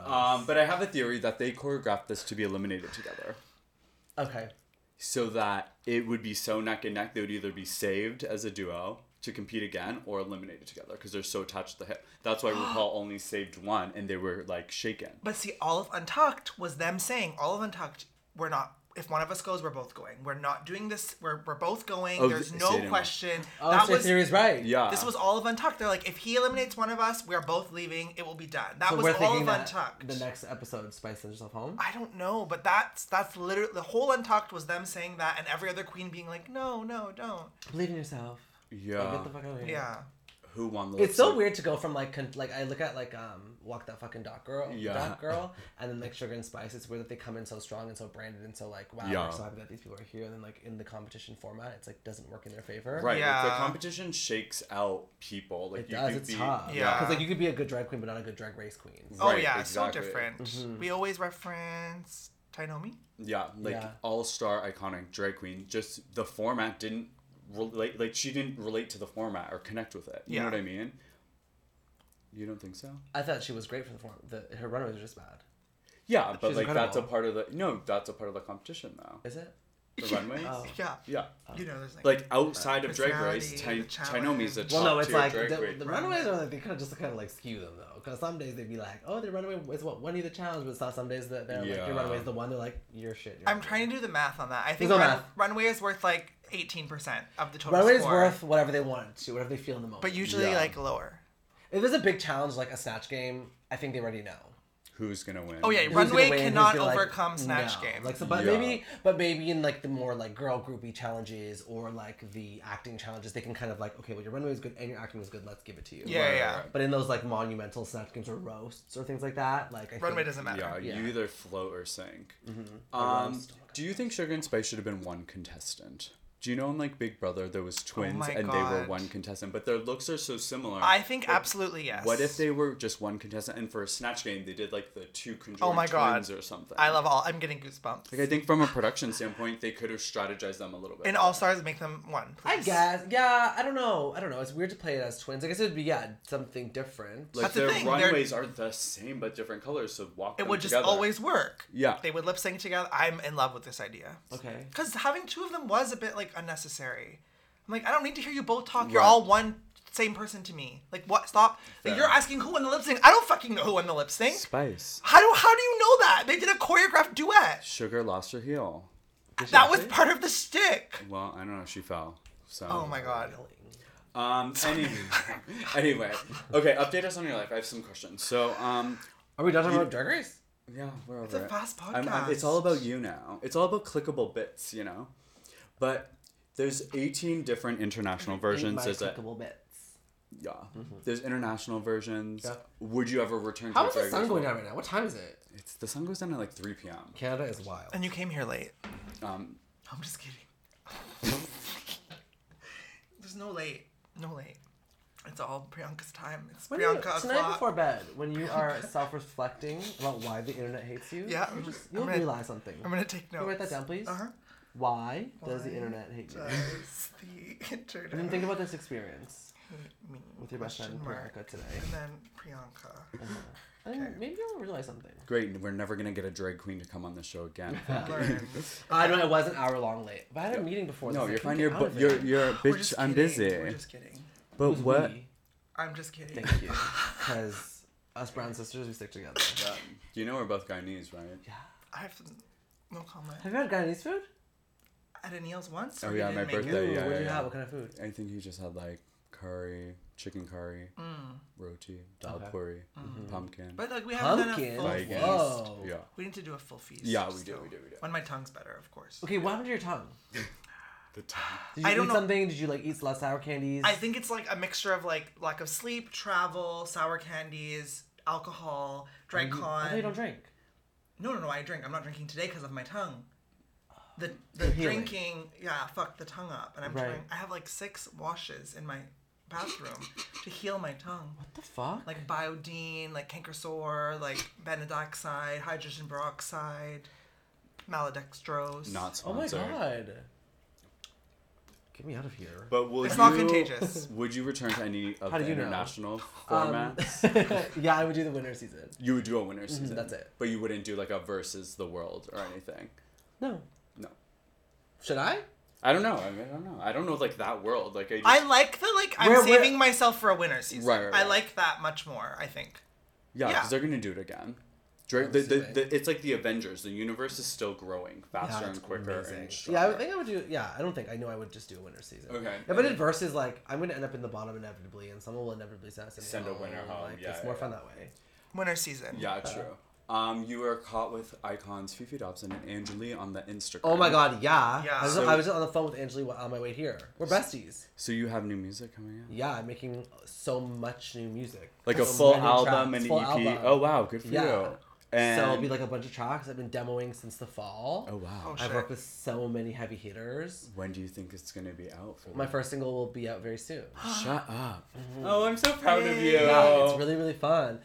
[SPEAKER 3] um but I have a theory that they choreographed this to be eliminated together.
[SPEAKER 4] Okay.
[SPEAKER 3] So that it would be so neck and neck they would either be saved as a duo to compete again or eliminated together because they're so attached to the hip. That's why RuPaul only saved one and they were like shaken.
[SPEAKER 5] But see, all of Untucked was them saying, all of Untucked, we're not. If one of us goes, we're both going. We're not doing this. We're, we're both going.
[SPEAKER 3] Oh,
[SPEAKER 5] There's
[SPEAKER 3] th-
[SPEAKER 5] no
[SPEAKER 3] say it
[SPEAKER 5] question.
[SPEAKER 4] Oh,
[SPEAKER 5] that
[SPEAKER 4] so your
[SPEAKER 5] was
[SPEAKER 4] theory is right.
[SPEAKER 3] Yeah.
[SPEAKER 5] this was all of Untucked. They're like, if he eliminates one of us, we're both leaving. It will be done. That
[SPEAKER 4] So
[SPEAKER 5] was
[SPEAKER 4] we're
[SPEAKER 5] all
[SPEAKER 4] thinking
[SPEAKER 5] of
[SPEAKER 4] that
[SPEAKER 5] Untucked.
[SPEAKER 4] the next episode Spice sends herself home.
[SPEAKER 5] I don't know, but that's that's literally the whole Untucked was them saying that, and every other queen being like, no, no, don't.
[SPEAKER 4] Believe in yourself. Like,
[SPEAKER 3] Yeah.
[SPEAKER 4] Get the fuck out of here.
[SPEAKER 5] Yeah.
[SPEAKER 3] Who won the
[SPEAKER 4] It's so
[SPEAKER 3] lip-sync?
[SPEAKER 4] weird to go from like con- like I look at like um walk that fucking dot girl
[SPEAKER 3] Yeah.
[SPEAKER 4] dot girl and then like sugar and spice it's weird that they come in so strong and so branded and so like wow
[SPEAKER 3] Yeah.
[SPEAKER 4] we're so happy that these people are here and then like in the competition format it's like doesn't work in their favor
[SPEAKER 3] Right. If
[SPEAKER 5] Yeah.
[SPEAKER 3] the competition shakes out people like
[SPEAKER 4] it
[SPEAKER 3] you
[SPEAKER 4] does
[SPEAKER 3] could
[SPEAKER 4] it's
[SPEAKER 3] be
[SPEAKER 4] tough
[SPEAKER 5] Yeah.
[SPEAKER 4] because like you could be a good drag queen but not a good drag race queen
[SPEAKER 5] Oh
[SPEAKER 3] Right,
[SPEAKER 5] yeah,
[SPEAKER 3] exactly.
[SPEAKER 5] so different.
[SPEAKER 4] Mm-hmm.
[SPEAKER 5] We always reference Tainomi.
[SPEAKER 3] Yeah, like
[SPEAKER 4] Yeah.
[SPEAKER 3] all star iconic drag queen. Just the format didn't relate like she didn't relate to the format or connect with it. You know
[SPEAKER 5] Yeah.
[SPEAKER 3] what I mean? You don't think so?
[SPEAKER 4] I thought she was great for the form. The, her runner was just bad.
[SPEAKER 3] Yeah, but
[SPEAKER 4] She's
[SPEAKER 3] like that's a
[SPEAKER 4] incredible.
[SPEAKER 3] part of the no, that's a part of the competition though.
[SPEAKER 4] Is it?
[SPEAKER 3] The runways.
[SPEAKER 4] Oh.
[SPEAKER 5] Yeah.
[SPEAKER 3] Yeah.
[SPEAKER 5] You know, there's like,
[SPEAKER 3] Like outside of Drag
[SPEAKER 5] Personality,
[SPEAKER 3] Race,
[SPEAKER 5] the
[SPEAKER 3] Tainomi's a top
[SPEAKER 5] challenge.
[SPEAKER 4] Well, no, it's
[SPEAKER 3] tier
[SPEAKER 4] like
[SPEAKER 3] drag
[SPEAKER 4] the,
[SPEAKER 3] queen.
[SPEAKER 4] the runaways are like they kind of just kind of like skew them though, because some days they'd be like, oh, the runaway is what one of the challenge, but it's not some days that they're like
[SPEAKER 3] Yeah.
[SPEAKER 4] your runaway's the one. They're like your shit. Your
[SPEAKER 5] I'm trying to do the math on that. I think
[SPEAKER 4] no
[SPEAKER 5] run-
[SPEAKER 4] math.
[SPEAKER 5] runway is worth like 18% of the total
[SPEAKER 4] Runaway's
[SPEAKER 5] score.
[SPEAKER 4] worth whatever they want to, whatever they feel in the moment.
[SPEAKER 5] but usually
[SPEAKER 3] Yeah.
[SPEAKER 5] like lower.
[SPEAKER 4] if there's a big challenge like a snatch game, I think they already know.
[SPEAKER 3] Who's gonna win?
[SPEAKER 5] Oh, yeah,
[SPEAKER 4] Who's
[SPEAKER 5] Runway
[SPEAKER 4] gonna win, who's
[SPEAKER 5] cannot
[SPEAKER 4] gonna, like,
[SPEAKER 5] overcome snatch
[SPEAKER 4] no.
[SPEAKER 5] game.
[SPEAKER 4] Like, so, but
[SPEAKER 3] Yeah.
[SPEAKER 4] maybe, but maybe in like the more like girl groupy challenges or like the acting challenges, they can kind of like, okay, well your runway is good and your acting was good, let's give it to you.
[SPEAKER 5] Yeah, yeah.
[SPEAKER 3] right.
[SPEAKER 4] But in those like monumental snatch games or roasts or things like that, like I
[SPEAKER 5] Runway
[SPEAKER 4] think,
[SPEAKER 5] doesn't matter.
[SPEAKER 3] Yeah,
[SPEAKER 4] Yeah.
[SPEAKER 3] you either float or sink. Um, do you think Sugar and Spice should have been one contestant? Do you know in like Big Brother there was twins
[SPEAKER 5] Oh my
[SPEAKER 3] and they were
[SPEAKER 5] God.
[SPEAKER 3] one contestant, but their looks are so similar.
[SPEAKER 5] I think absolutely yes.
[SPEAKER 3] What if they were just one contestant and for a snatch game they did like the two conjoined
[SPEAKER 5] Oh my God.
[SPEAKER 3] twins or something?
[SPEAKER 5] I love all. I'm getting goosebumps.
[SPEAKER 3] Like I think from a production standpoint they could have strategized them a little bit.
[SPEAKER 5] and
[SPEAKER 3] better.
[SPEAKER 5] All Stars make them one.
[SPEAKER 4] I
[SPEAKER 5] please.
[SPEAKER 4] guess, yeah, I don't know, I don't know. It's weird to play it as twins. I guess it'd be yeah something different.
[SPEAKER 3] like
[SPEAKER 5] That's the
[SPEAKER 3] their
[SPEAKER 5] thing, they're-
[SPEAKER 3] runways are the same but different colors, so walk.
[SPEAKER 5] It
[SPEAKER 3] them
[SPEAKER 5] would just
[SPEAKER 3] together.
[SPEAKER 5] always work.
[SPEAKER 3] Yeah.
[SPEAKER 5] They would lip sync together. I'm in love with this idea.
[SPEAKER 4] okay,
[SPEAKER 5] Because having two of them was a bit like unnecessary. I'm like, I don't need to hear you both talk. You're
[SPEAKER 3] Right.
[SPEAKER 5] all one same person to me. Like, what? Stop. Like,
[SPEAKER 3] Fair.
[SPEAKER 5] you're asking who won the lip sync. I don't fucking know who won the lip sync.
[SPEAKER 3] Spice.
[SPEAKER 5] How do how do you know that? They did a choreographed duet.
[SPEAKER 3] Sugar lost her heel.
[SPEAKER 5] That was part of the stick.
[SPEAKER 3] Well, I don't know. She fell. So.
[SPEAKER 5] Oh my god.
[SPEAKER 3] Um. Anyway. anyway. Okay. Update us on your life. I have some questions. So. Um.
[SPEAKER 4] are we done talking about Drag Race?
[SPEAKER 3] Yeah. We're over
[SPEAKER 5] a
[SPEAKER 3] it.
[SPEAKER 5] fast
[SPEAKER 3] I'm- I'm- it's
[SPEAKER 5] podcast.
[SPEAKER 3] all about you now. It's all about clickable bits. You know. But there's 18 different international versions. There's a,
[SPEAKER 4] Clickable bits.
[SPEAKER 3] yeah. There's international versions.
[SPEAKER 4] Mm-hmm. Yeah.
[SPEAKER 3] Would you ever return?
[SPEAKER 4] How
[SPEAKER 3] to
[SPEAKER 4] is the
[SPEAKER 3] Drag Race
[SPEAKER 4] sun going
[SPEAKER 3] World?
[SPEAKER 4] down right now? What time is it?
[SPEAKER 3] It's, the sun goes down at like 3 p.m.
[SPEAKER 4] Canada is wild.
[SPEAKER 5] And you came here late.
[SPEAKER 3] Um.
[SPEAKER 5] I'm just kidding. There's no late. No late. It's all Priyanka's time. It's
[SPEAKER 4] When
[SPEAKER 5] Priyanka
[SPEAKER 4] you, tonight
[SPEAKER 5] o'clock.
[SPEAKER 4] before bed, when you are self-reflecting about why the internet hates you,
[SPEAKER 5] Yeah,
[SPEAKER 4] you
[SPEAKER 5] I'm
[SPEAKER 4] just,
[SPEAKER 5] just-
[SPEAKER 4] you'll
[SPEAKER 5] I'm gonna-
[SPEAKER 4] realize something.
[SPEAKER 5] I'm gonna take notes.
[SPEAKER 4] Can you write that down, please?
[SPEAKER 5] Uh-huh.
[SPEAKER 4] Why does the
[SPEAKER 5] Why
[SPEAKER 4] internet hate you?
[SPEAKER 5] Does the internet
[SPEAKER 4] And then think about this experience
[SPEAKER 5] hate me?
[SPEAKER 4] with your best friend
[SPEAKER 5] Question mark.
[SPEAKER 4] Priyanka today,
[SPEAKER 5] And then Priyanka.
[SPEAKER 4] and maybe you'll realize something.
[SPEAKER 3] Great. We're never gonna get a drag queen to come on the show again.
[SPEAKER 5] Learn.
[SPEAKER 4] I know it was an hour long late, but I had a meeting before.
[SPEAKER 3] no,
[SPEAKER 4] this. I
[SPEAKER 3] you're
[SPEAKER 4] couldn't
[SPEAKER 3] fine.
[SPEAKER 4] get
[SPEAKER 3] You're
[SPEAKER 4] out
[SPEAKER 3] bu-
[SPEAKER 4] of
[SPEAKER 3] you're
[SPEAKER 4] it.
[SPEAKER 3] you're
[SPEAKER 5] We're
[SPEAKER 3] bitch.
[SPEAKER 5] just
[SPEAKER 3] I'm
[SPEAKER 5] kidding.
[SPEAKER 3] busy.
[SPEAKER 5] We're just kidding.
[SPEAKER 3] But
[SPEAKER 4] It was
[SPEAKER 3] what?
[SPEAKER 4] me.
[SPEAKER 5] I'm just kidding.
[SPEAKER 4] Thank you, because us brown sisters we stick together.
[SPEAKER 3] Um, you know we're both Guyanese, right?
[SPEAKER 5] I have some, no comment.
[SPEAKER 4] Have you had Guyanese food?
[SPEAKER 5] At Anil's once?
[SPEAKER 3] Oh,
[SPEAKER 5] or you
[SPEAKER 3] yeah,
[SPEAKER 5] didn't
[SPEAKER 3] my
[SPEAKER 5] make it?
[SPEAKER 3] birthday. Yeah, yeah,
[SPEAKER 4] what do you
[SPEAKER 3] yeah.
[SPEAKER 4] have? What kind of food?
[SPEAKER 3] I think he just had like curry, chicken curry,
[SPEAKER 4] Mm.
[SPEAKER 3] roti, dal puri, pumpkin.
[SPEAKER 5] But like we haven't
[SPEAKER 4] Pumpkin.
[SPEAKER 5] done a full
[SPEAKER 3] Like,
[SPEAKER 5] feast.
[SPEAKER 3] yeah.
[SPEAKER 4] Mm-hmm. Whoa.
[SPEAKER 3] yeah.
[SPEAKER 5] We need to do a full feast.
[SPEAKER 3] Yeah, we do,
[SPEAKER 5] still.
[SPEAKER 3] we do, we do.
[SPEAKER 5] When my tongue's better, of course.
[SPEAKER 4] Okay, what happened to your tongue?
[SPEAKER 3] The time.
[SPEAKER 4] Did you
[SPEAKER 5] I don't
[SPEAKER 4] eat
[SPEAKER 5] know-
[SPEAKER 4] something? Did you like eat less sour candies?
[SPEAKER 5] I think it's like a mixture of like lack of sleep, travel, sour candies, alcohol, drag
[SPEAKER 4] I
[SPEAKER 5] con.
[SPEAKER 4] thought you don't drink.
[SPEAKER 5] No, no, no. I drink. I'm not drinking today because of my tongue. The the
[SPEAKER 4] healing.
[SPEAKER 5] drinking, yeah, fuck the tongue up, and I'm
[SPEAKER 4] Right.
[SPEAKER 5] trying. I have like six washes in my bathroom to heal my tongue,
[SPEAKER 4] What the fuck?
[SPEAKER 5] like iodine, like cankersore, like benzodiazide, hydrogen peroxide, maltodextrose.
[SPEAKER 3] Not
[SPEAKER 4] oh my
[SPEAKER 3] sponsored.
[SPEAKER 4] god. Get me out of here.
[SPEAKER 3] But would
[SPEAKER 5] It's
[SPEAKER 3] you,
[SPEAKER 5] not contagious.
[SPEAKER 3] Would you return to any of
[SPEAKER 4] How
[SPEAKER 3] the
[SPEAKER 4] do you know?
[SPEAKER 3] international
[SPEAKER 4] Um,
[SPEAKER 3] formats?
[SPEAKER 4] yeah, I would do the winter season.
[SPEAKER 3] you would do a winter season.
[SPEAKER 4] Mm-hmm, that's it.
[SPEAKER 3] But you wouldn't do like a versus the world or anything.
[SPEAKER 4] No.
[SPEAKER 3] No.
[SPEAKER 4] Should I?
[SPEAKER 3] I don't know. I, mean, I don't know. I don't know like that world. Like I, just,
[SPEAKER 5] I like the like. I'm
[SPEAKER 4] Where- where-
[SPEAKER 5] saving myself for a winter season.
[SPEAKER 3] Right, right,
[SPEAKER 5] I
[SPEAKER 3] right.
[SPEAKER 5] like that much more. I think.
[SPEAKER 3] yeah, because
[SPEAKER 5] yeah.
[SPEAKER 3] they're gonna do it again. Drake, the, the,
[SPEAKER 4] Obviously.
[SPEAKER 3] the, it's like the Avengers. The universe is still growing faster and quicker. And
[SPEAKER 4] yeah, I would
[SPEAKER 3] stronger.
[SPEAKER 4] think I would do. Yeah, I don't think I knew I would just do a winter season.
[SPEAKER 3] Okay.
[SPEAKER 4] If I did versus, like I'm gonna end up in the bottom inevitably, and someone will inevitably send, send, me
[SPEAKER 3] Send a winner home,
[SPEAKER 4] Like,
[SPEAKER 3] yeah,
[SPEAKER 4] it's
[SPEAKER 3] yeah,
[SPEAKER 4] more
[SPEAKER 3] yeah.
[SPEAKER 4] fun that way.
[SPEAKER 5] Winter season.
[SPEAKER 3] Yeah, true. Um, you were caught with icons Fifi Dobson and Angelie on the Instagram.
[SPEAKER 4] Oh my god, yeah.
[SPEAKER 5] Yeah.
[SPEAKER 4] I was,
[SPEAKER 5] So-
[SPEAKER 4] I was on the phone with Angeli while- on my way here. We're besties.
[SPEAKER 3] So you have new music coming out?
[SPEAKER 4] Yeah, I'm making so much new music.
[SPEAKER 3] Like a
[SPEAKER 4] So
[SPEAKER 3] full
[SPEAKER 4] many
[SPEAKER 3] album
[SPEAKER 4] tracks,
[SPEAKER 3] and an
[SPEAKER 4] full
[SPEAKER 3] EP.
[SPEAKER 4] album.
[SPEAKER 3] Oh wow, good for
[SPEAKER 4] Yeah.
[SPEAKER 3] you. And
[SPEAKER 4] so it'll be like a bunch of tracks I've been demoing since the fall.
[SPEAKER 3] Oh wow.
[SPEAKER 5] Oh,
[SPEAKER 4] I've
[SPEAKER 5] shit.
[SPEAKER 4] worked with so many heavy hitters.
[SPEAKER 3] when do you think it's gonna be out for
[SPEAKER 4] My Mm-hmm.
[SPEAKER 3] that?
[SPEAKER 4] first single will be out very soon.
[SPEAKER 3] Shut up. Oh, I'm so proud of you.
[SPEAKER 4] Yeah, it's really really fun.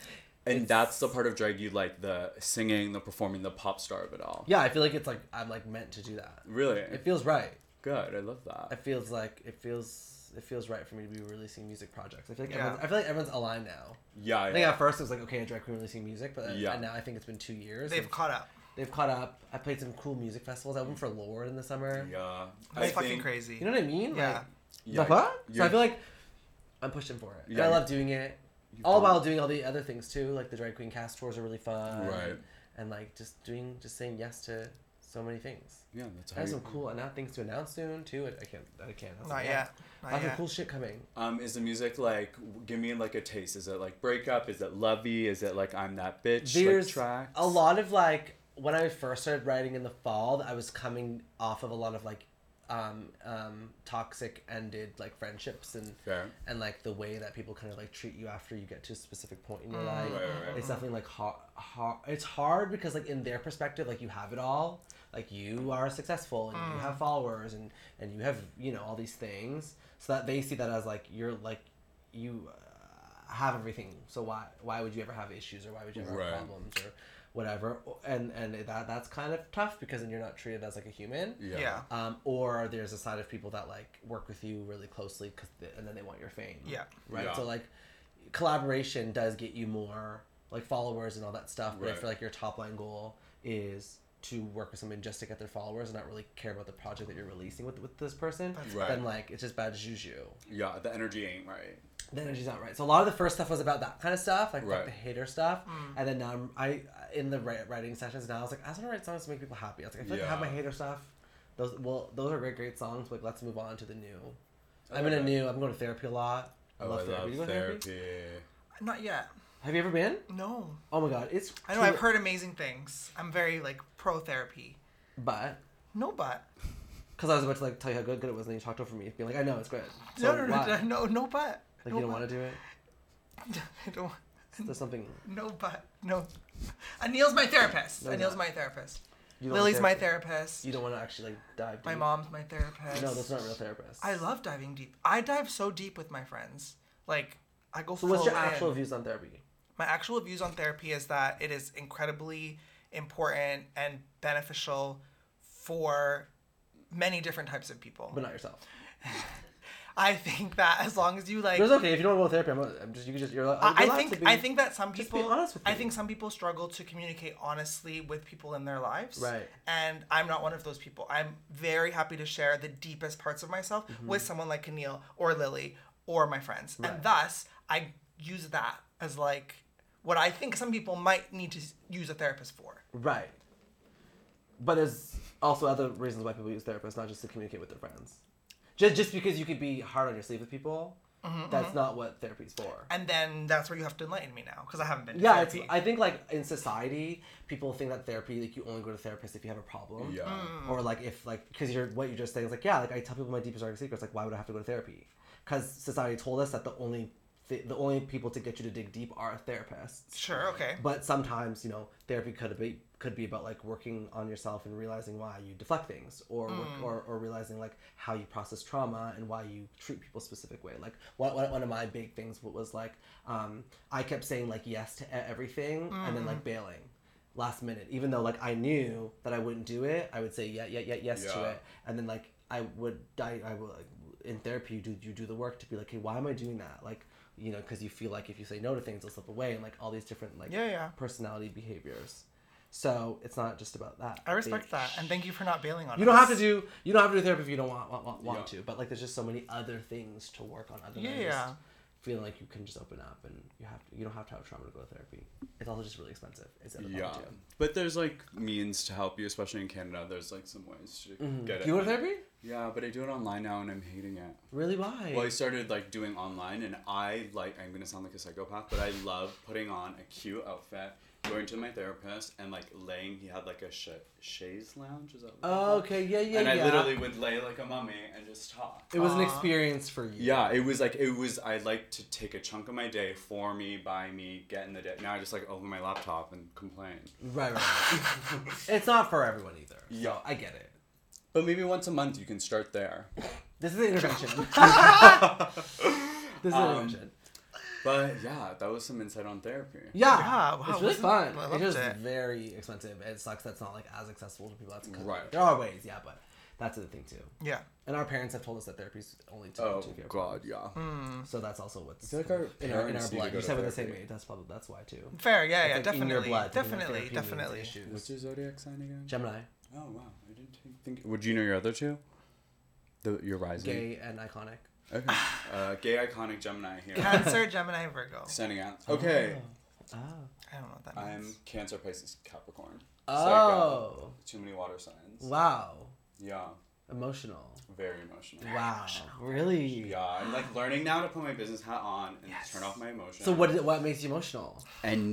[SPEAKER 3] and that's the part of drag you like the singing, the performing, the pop star of it all.
[SPEAKER 4] Yeah, I feel like it's like I'm like meant to do that.
[SPEAKER 3] Really?
[SPEAKER 4] It feels right.
[SPEAKER 3] Good. I love
[SPEAKER 4] It
[SPEAKER 3] that.
[SPEAKER 4] feels like it feels it feels right for me to be releasing music projects. I feel like
[SPEAKER 5] Yeah.
[SPEAKER 4] everyone's, I feel like everyone's aligned now.
[SPEAKER 3] Yeah.
[SPEAKER 4] I
[SPEAKER 3] yeah.
[SPEAKER 4] think at first it was like okay, a drag queen releasing music, but
[SPEAKER 3] Yeah.
[SPEAKER 4] yeah. now I think it's been two years.
[SPEAKER 5] They've
[SPEAKER 4] and
[SPEAKER 5] caught up.
[SPEAKER 4] they've caught up. I played some cool music festivals. I went for Lord in the summer.
[SPEAKER 3] Yeah.
[SPEAKER 5] That's
[SPEAKER 3] I
[SPEAKER 5] fucking
[SPEAKER 3] think-
[SPEAKER 5] crazy.
[SPEAKER 4] You know what I mean?
[SPEAKER 5] Yeah.
[SPEAKER 4] Like,
[SPEAKER 3] Yeah,
[SPEAKER 4] the fuck? So
[SPEAKER 3] you're-
[SPEAKER 4] I feel like I'm pushing for it. And
[SPEAKER 3] Yeah,
[SPEAKER 4] I
[SPEAKER 3] you-
[SPEAKER 4] love doing it. All
[SPEAKER 3] done-
[SPEAKER 4] while doing all the other things too, like the drag queen cast tours are really fun.
[SPEAKER 3] Right.
[SPEAKER 4] And like just doing, just saying yes to so many things.
[SPEAKER 3] Yeah, that's
[SPEAKER 4] I
[SPEAKER 3] how
[SPEAKER 4] have some
[SPEAKER 3] you,
[SPEAKER 4] cool and things to announce soon too. I I can't. I can't. that's
[SPEAKER 5] Not
[SPEAKER 4] a
[SPEAKER 5] yet.
[SPEAKER 4] lot.
[SPEAKER 5] Not
[SPEAKER 4] I have some
[SPEAKER 5] yet.
[SPEAKER 4] cool shit coming.
[SPEAKER 3] Um, is the music like? w- Give me like a taste. Is it like breakup? Is it lovey? Is it like I'm that bitch?
[SPEAKER 4] There's
[SPEAKER 3] like, tracks.
[SPEAKER 4] a lot of like when I first started writing in the fall, I was coming off of a lot of like um um toxic ended like friendships and
[SPEAKER 3] Fair.
[SPEAKER 4] and like the way that people kind of like treat you after you get to a specific point
[SPEAKER 3] Mm.
[SPEAKER 4] in your life.
[SPEAKER 3] Right, right, right.
[SPEAKER 4] It's definitely like hard, hard. It's hard because like in their perspective, like you have it all. Like you are successful and
[SPEAKER 3] Mm.
[SPEAKER 4] you have followers and and you have you know all these things. So that they see that as like you're like you uh, have everything. So why why would you ever have issues or why would you ever
[SPEAKER 3] Right.
[SPEAKER 4] have problems or whatever? And and that that's kind of tough because then you're not treated as like a human
[SPEAKER 3] Yeah.
[SPEAKER 5] Yeah.
[SPEAKER 4] um, or there's a side of people that like work with you really closely 'cause the- and then they want your fame
[SPEAKER 5] Yeah.
[SPEAKER 4] right
[SPEAKER 3] Yeah.
[SPEAKER 4] so like collaboration does get you more like followers and all that stuff but i
[SPEAKER 3] Right.
[SPEAKER 4] feel like your top line goal is to work with someone just to get their followers and not really care about the project that you're releasing with, with this person
[SPEAKER 3] Right.
[SPEAKER 4] then like it's just bad juju
[SPEAKER 3] Yeah, The energy ain't right.
[SPEAKER 4] the energy's not right. So a lot of the first stuff was about that kind of stuff, like fuck
[SPEAKER 3] Right.
[SPEAKER 4] the hater stuff.
[SPEAKER 5] Mm.
[SPEAKER 4] And then now I'm, I in the wri- writing sessions now I was like, I just want to write songs to make people happy. I was like, I feel like I have my
[SPEAKER 3] Yeah.
[SPEAKER 4] hater stuff. Those well, those are great, great songs. But like, let's move on to the new. I'm
[SPEAKER 3] love
[SPEAKER 4] in a
[SPEAKER 3] that.
[SPEAKER 4] new. I'm going to therapy a lot. I
[SPEAKER 3] Oh,
[SPEAKER 4] love
[SPEAKER 3] I
[SPEAKER 4] therapy. You go
[SPEAKER 3] love
[SPEAKER 4] to therapy?
[SPEAKER 3] therapy.
[SPEAKER 5] Not yet.
[SPEAKER 4] Have you ever been?
[SPEAKER 5] No.
[SPEAKER 4] Oh my god, it's.
[SPEAKER 5] I know
[SPEAKER 4] too-
[SPEAKER 5] I've heard amazing things. I'm very like pro therapy.
[SPEAKER 4] but
[SPEAKER 5] No, but
[SPEAKER 4] because I was about to like tell you how good, good it was, and then you talked over me, being like, I know it's good. So
[SPEAKER 5] no, no, no,
[SPEAKER 4] why?
[SPEAKER 5] no, no, no, but
[SPEAKER 4] Like
[SPEAKER 5] no,
[SPEAKER 4] you don't want to do it.
[SPEAKER 5] do. I don't.
[SPEAKER 4] There's something.
[SPEAKER 5] No, but no. Anil's my therapist.
[SPEAKER 4] No,
[SPEAKER 5] Anil's
[SPEAKER 4] not.
[SPEAKER 5] my therapist.
[SPEAKER 4] You don't want
[SPEAKER 5] Lily's my
[SPEAKER 4] therapy.
[SPEAKER 5] therapist.
[SPEAKER 4] You don't want to actually like dive. Deep.
[SPEAKER 5] My mom's my therapist.
[SPEAKER 4] No, that's not real therapist.
[SPEAKER 5] I love diving deep. I dive so deep with my friends. Like I go.
[SPEAKER 4] So what's your
[SPEAKER 5] full in.
[SPEAKER 4] actual views on therapy?
[SPEAKER 5] my actual views on therapy is that it is incredibly important and beneficial for many different types of people.
[SPEAKER 4] But not yourself.
[SPEAKER 5] I think that as long as you like,
[SPEAKER 4] It's okay if you don't want to go to therapy. I'm, not- I'm just you can just you're like
[SPEAKER 5] I, I
[SPEAKER 4] you're allowed
[SPEAKER 5] think
[SPEAKER 4] to be-
[SPEAKER 5] I think that some
[SPEAKER 4] just
[SPEAKER 5] people,
[SPEAKER 4] be honest with
[SPEAKER 5] I
[SPEAKER 4] me.
[SPEAKER 5] think some people struggle to communicate honestly with people in their lives.
[SPEAKER 4] Right.
[SPEAKER 5] And I'm not one of those people. I'm very happy to share the deepest parts of myself with someone like Keneal or Lily or my friends, and
[SPEAKER 4] Mm-hmm. Right.
[SPEAKER 5] thus I use that as like what I think some people might need to s- use a therapist for.
[SPEAKER 4] right. But there's also other reasons why people use therapists, not just to communicate with their friends. Just just because you could be hard on your sleeve with people,
[SPEAKER 5] Mm-hmm,
[SPEAKER 4] that's not what therapy's for.
[SPEAKER 5] And then that's where you have to enlighten me now because I haven't been. To
[SPEAKER 4] yeah, it's,
[SPEAKER 5] therapy.
[SPEAKER 4] I think like in society, people think that therapy like you only go to therapists if you have a problem.
[SPEAKER 3] Yeah.
[SPEAKER 5] Mm.
[SPEAKER 4] or like if like because you're what you just saying is like yeah like I tell people my deepest darkest secrets like why would I have to go to therapy because society told us that the only th- the only people to get you to dig deep are therapists
[SPEAKER 5] sure. Okay.
[SPEAKER 4] but sometimes you know therapy could be could be about like working on yourself and realizing why you deflect things or work, or, or realizing like how you process trauma and why you treat people a specific way like one, one, one of my big things w- was like um, i kept saying like yes to e- everything and then like bailing last minute even though like i knew that i wouldn't do it i would say yeah yeah yeah yes to
[SPEAKER 3] Yeah.
[SPEAKER 4] it and then like i would i, I would like, in therapy you do you do the work to be like hey why am i doing that like you know because you feel like if you say no to things they'll slip away and like all these different like
[SPEAKER 5] Yeah, yeah.
[SPEAKER 4] personality behaviors. So it's not just about that.
[SPEAKER 5] I respect
[SPEAKER 4] bitch.
[SPEAKER 5] that, and thank you for not bailing on.
[SPEAKER 4] You don't
[SPEAKER 5] us.
[SPEAKER 4] have to do you don't have to do therapy if you don't want want, want, want
[SPEAKER 3] Yeah.
[SPEAKER 4] to. But like, there's just so many other things to work on other than
[SPEAKER 5] Yeah.
[SPEAKER 4] just feeling like you can just open up and you have to, you don't have to have trauma to go to therapy. It's also just really expensive. It's out of
[SPEAKER 3] Yeah.
[SPEAKER 4] pocket, too.
[SPEAKER 3] But there's like means to help you, especially in Canada. There's like some ways to get it.
[SPEAKER 4] Do Mm-hmm. you go to therapy?
[SPEAKER 3] Yeah, but I do it online now, and I'm hating it.
[SPEAKER 4] Really? Why?
[SPEAKER 3] Well, I started like doing online, and I like I'm gonna sound like a psychopath, but I love putting on a cute outfit, going to my therapist, and like laying. He had like a sh- chaise lounge. Is that? what
[SPEAKER 4] Oh,
[SPEAKER 3] it's called?
[SPEAKER 4] okay. Yeah. Yeah.
[SPEAKER 3] and I
[SPEAKER 4] yeah.
[SPEAKER 3] literally would lay like a mummy and just talk.
[SPEAKER 4] it was an experience for you.
[SPEAKER 3] Yeah, it was like it was. I like to take a chunk of my day for me, by me, get in the day. Now I just like open my laptop and complain.
[SPEAKER 4] Right. Right. right. it's not for everyone either.
[SPEAKER 3] Yeah.
[SPEAKER 4] So I get it.
[SPEAKER 3] But maybe once a month you can start there.
[SPEAKER 4] This is an intervention. this is an intervention.
[SPEAKER 3] But yeah, that was some insight on therapy.
[SPEAKER 4] Yeah,
[SPEAKER 5] Yeah, wow,
[SPEAKER 4] it's really
[SPEAKER 5] wasn't-
[SPEAKER 4] fun.
[SPEAKER 5] I
[SPEAKER 4] It's
[SPEAKER 5] loved
[SPEAKER 4] just
[SPEAKER 5] it.
[SPEAKER 4] very expensive. It sucks that's not like as accessible to people. That's 'cause
[SPEAKER 3] Right.
[SPEAKER 4] There are ways, yeah, but That's the thing too.
[SPEAKER 5] Yeah.
[SPEAKER 4] And our parents have told us that therapy's only two.
[SPEAKER 3] Oh
[SPEAKER 4] two people.
[SPEAKER 3] God, yeah.
[SPEAKER 4] So that's also what's
[SPEAKER 3] feel like our
[SPEAKER 4] in our in our
[SPEAKER 3] parents need to
[SPEAKER 4] blood.
[SPEAKER 3] go
[SPEAKER 4] You
[SPEAKER 3] to
[SPEAKER 4] said we're the same
[SPEAKER 3] therapy.
[SPEAKER 4] age. That's probably that's why too.
[SPEAKER 5] Fair. Oh, Yeah. Yeah.
[SPEAKER 4] It's like in your
[SPEAKER 5] definitely.
[SPEAKER 4] blood, so you know,
[SPEAKER 5] definitely.
[SPEAKER 4] therapy means
[SPEAKER 5] Definitely.
[SPEAKER 4] issues.
[SPEAKER 3] What's your zodiac sign again?
[SPEAKER 4] Gemini,
[SPEAKER 3] Oh wow, I didn't take, think. Would you know your other two? The your rising.
[SPEAKER 4] gay and iconic.
[SPEAKER 3] Okay. uh, gay iconic Gemini here.
[SPEAKER 5] Cancer, Gemini, Virgo.
[SPEAKER 3] Sending out. Okay.
[SPEAKER 4] Oh.
[SPEAKER 5] I don't know what that means.
[SPEAKER 3] I'm Cancer, Pisces, Capricorn. So I got
[SPEAKER 4] Oh.
[SPEAKER 3] Too many water signs.
[SPEAKER 4] Wow.
[SPEAKER 3] Yeah.
[SPEAKER 4] Emotional.
[SPEAKER 3] Very emotional.
[SPEAKER 4] Wow. Really.
[SPEAKER 3] Yeah, I'm like learning now to put my business hat on and turn off my emotions.
[SPEAKER 4] So what what makes you emotional?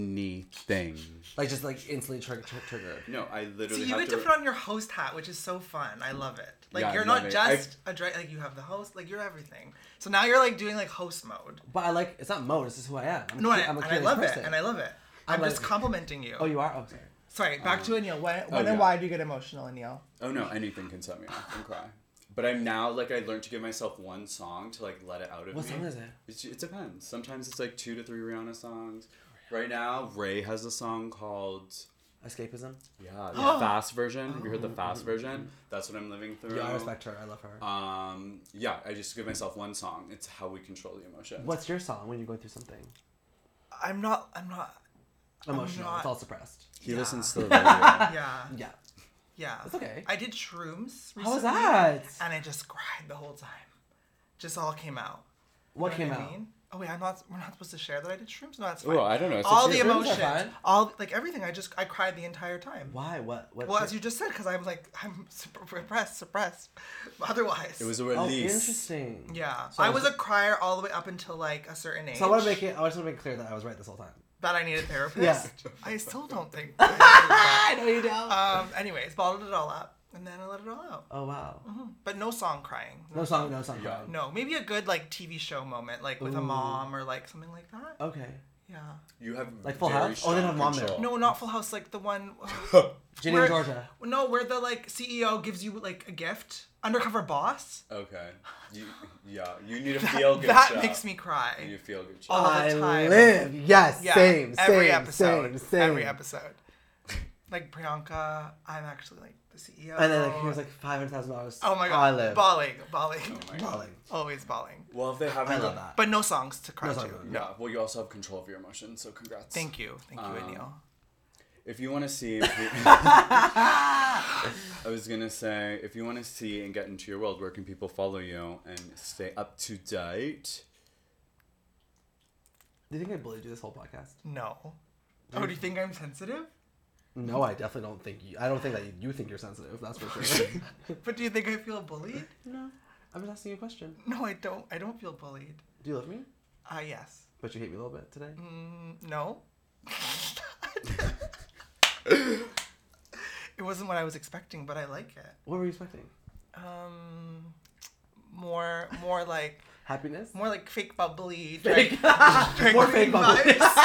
[SPEAKER 3] Anything.
[SPEAKER 4] Like just like instantly trigger tr- trigger.
[SPEAKER 3] No, I literally.
[SPEAKER 5] So you
[SPEAKER 3] have
[SPEAKER 5] get to put on your host hat, which is so fun. I love it. Like
[SPEAKER 3] Yeah, I
[SPEAKER 5] you're
[SPEAKER 3] love
[SPEAKER 5] not
[SPEAKER 3] it.
[SPEAKER 5] just a drag. Like you have the host. Like you're everything. So now you're like doing like host mode.
[SPEAKER 4] But I like it's not mode. It's just who I am. I'm,
[SPEAKER 5] No,
[SPEAKER 4] a,
[SPEAKER 5] and,
[SPEAKER 4] cu- I'm a
[SPEAKER 5] and I
[SPEAKER 4] curious
[SPEAKER 5] love
[SPEAKER 4] person.
[SPEAKER 5] it. And I love it. I'm,
[SPEAKER 4] like-
[SPEAKER 5] just complimenting you.
[SPEAKER 4] Oh, you are. Oh, sorry.
[SPEAKER 5] Sorry. Back to Anil. When, when
[SPEAKER 3] yeah.
[SPEAKER 5] and why do you get emotional, Anil?
[SPEAKER 3] Oh no, anything can set me off and cry. But I'm now like I learned to give myself one song to like let it out of
[SPEAKER 4] What
[SPEAKER 3] me.
[SPEAKER 4] song is it?
[SPEAKER 3] It's, it depends. Sometimes it's like two to three Rihanna songs.
[SPEAKER 4] Oh,
[SPEAKER 3] Right now, Ray has a song called
[SPEAKER 4] Escapism.
[SPEAKER 3] yeah the fast version. Have you heard the fast version? That's what I'm living through.
[SPEAKER 4] Oh. Yeah, I respect her. I love her.
[SPEAKER 3] Um, yeah, I just give myself one song. It's how we control the emotion.
[SPEAKER 4] What's your song when you're going through something
[SPEAKER 5] I'm not. I'm not.
[SPEAKER 4] emotional?
[SPEAKER 5] not-
[SPEAKER 4] It's all suppressed.
[SPEAKER 3] He listens to the radio.
[SPEAKER 5] Yeah.
[SPEAKER 4] Yeah.
[SPEAKER 5] Yeah.
[SPEAKER 4] It's okay.
[SPEAKER 5] I did shrooms. Recently,
[SPEAKER 4] How was that?
[SPEAKER 5] And I just cried the whole time. Just all came out.
[SPEAKER 4] What
[SPEAKER 5] You
[SPEAKER 4] came
[SPEAKER 5] know
[SPEAKER 4] out?
[SPEAKER 5] I mean? Oh wait, I'm not. We're not supposed to share that I did shrooms. No, that's fine.
[SPEAKER 3] Well, I don't know. It's
[SPEAKER 5] all
[SPEAKER 3] up to
[SPEAKER 5] the
[SPEAKER 3] you.
[SPEAKER 4] Shrooms are
[SPEAKER 5] emotions,
[SPEAKER 4] fine.
[SPEAKER 5] all like everything. I just I cried the entire time.
[SPEAKER 4] Why? What? What?
[SPEAKER 5] Well, as you just said, because I'm like I'm super repressed, suppressed. Otherwise,
[SPEAKER 3] It was a
[SPEAKER 4] oh,
[SPEAKER 3] release.
[SPEAKER 4] interesting.
[SPEAKER 5] yeah.
[SPEAKER 4] So
[SPEAKER 5] I
[SPEAKER 4] is
[SPEAKER 5] was
[SPEAKER 4] it-
[SPEAKER 5] a crier all the way up until like a certain age.
[SPEAKER 4] So I want to make it. I just want to make it clear that I was right this whole time.
[SPEAKER 5] that I needed a therapist.
[SPEAKER 4] Yeah.
[SPEAKER 5] I still don't think.
[SPEAKER 4] I know you don't.
[SPEAKER 5] um. Anyways, bottled it all up and then I let it all out.
[SPEAKER 4] oh wow.
[SPEAKER 5] But no song crying.
[SPEAKER 4] No song. No song.
[SPEAKER 3] Yeah.
[SPEAKER 5] No, maybe a good like TV show moment, like with a
[SPEAKER 4] Ooh.
[SPEAKER 5] mom or like something like that.
[SPEAKER 4] Okay.
[SPEAKER 5] Yeah.
[SPEAKER 3] You have
[SPEAKER 4] Like Full
[SPEAKER 3] very
[SPEAKER 4] House? Oh, they don't
[SPEAKER 3] strong
[SPEAKER 4] have mom there.
[SPEAKER 3] control.
[SPEAKER 5] No, not Full House. Like the one.
[SPEAKER 4] Ginny and
[SPEAKER 5] where-
[SPEAKER 4] Georgia.
[SPEAKER 5] No, where the like CEO gives you like a gift. Undercover Boss.
[SPEAKER 3] Okay. You, yeah, you need a feel good.
[SPEAKER 5] that
[SPEAKER 3] show.
[SPEAKER 5] makes me cry.
[SPEAKER 3] You need a feel good. show.
[SPEAKER 5] all
[SPEAKER 4] Uh,
[SPEAKER 5] the
[SPEAKER 4] I
[SPEAKER 5] time.
[SPEAKER 4] live. Yes.
[SPEAKER 5] Yeah,
[SPEAKER 4] Same.
[SPEAKER 5] every
[SPEAKER 4] same,
[SPEAKER 5] episode.
[SPEAKER 4] Same. Same.
[SPEAKER 5] Every episode. Like Priyanka, I'm actually like the CEO.
[SPEAKER 4] And then like, he was like five hundred thousand dollars.
[SPEAKER 5] oh my
[SPEAKER 4] I
[SPEAKER 5] god,
[SPEAKER 4] live.
[SPEAKER 5] bawling, bawling,
[SPEAKER 3] Oh my God.
[SPEAKER 4] Balling.
[SPEAKER 5] always bawling.
[SPEAKER 3] Well, if they haven't,
[SPEAKER 4] I love
[SPEAKER 3] done-
[SPEAKER 4] that.
[SPEAKER 5] But no songs to cry
[SPEAKER 4] No
[SPEAKER 5] to.
[SPEAKER 4] songs, no.
[SPEAKER 3] Yeah, well, you also have control of your emotions, so congrats.
[SPEAKER 5] Thank you, thank you,
[SPEAKER 3] Um,
[SPEAKER 5] Anil.
[SPEAKER 3] If you want to see, I was gonna say, if you want to see and get into your world, where can people follow you and stay up to date?
[SPEAKER 4] Do you think I bullied you this whole podcast?
[SPEAKER 5] No. Oh, do you think I'm sensitive?
[SPEAKER 4] No, I definitely don't think you. I don't think that you think you're sensitive. That's for sure.
[SPEAKER 5] But do you think I feel bullied?
[SPEAKER 4] no, I'm just asking you a question.
[SPEAKER 5] No, I don't. I don't feel bullied.
[SPEAKER 4] Do you love me?
[SPEAKER 5] Ah, yes.
[SPEAKER 4] But you hate me a little bit today.
[SPEAKER 5] Mm. No. it wasn't what I was expecting, but I like it.
[SPEAKER 4] What were you expecting?
[SPEAKER 5] Um, more, more like
[SPEAKER 4] Happiness.
[SPEAKER 5] more like fake bubbly drag, drag
[SPEAKER 4] More fake
[SPEAKER 5] queen
[SPEAKER 4] bubbly.
[SPEAKER 5] vibes.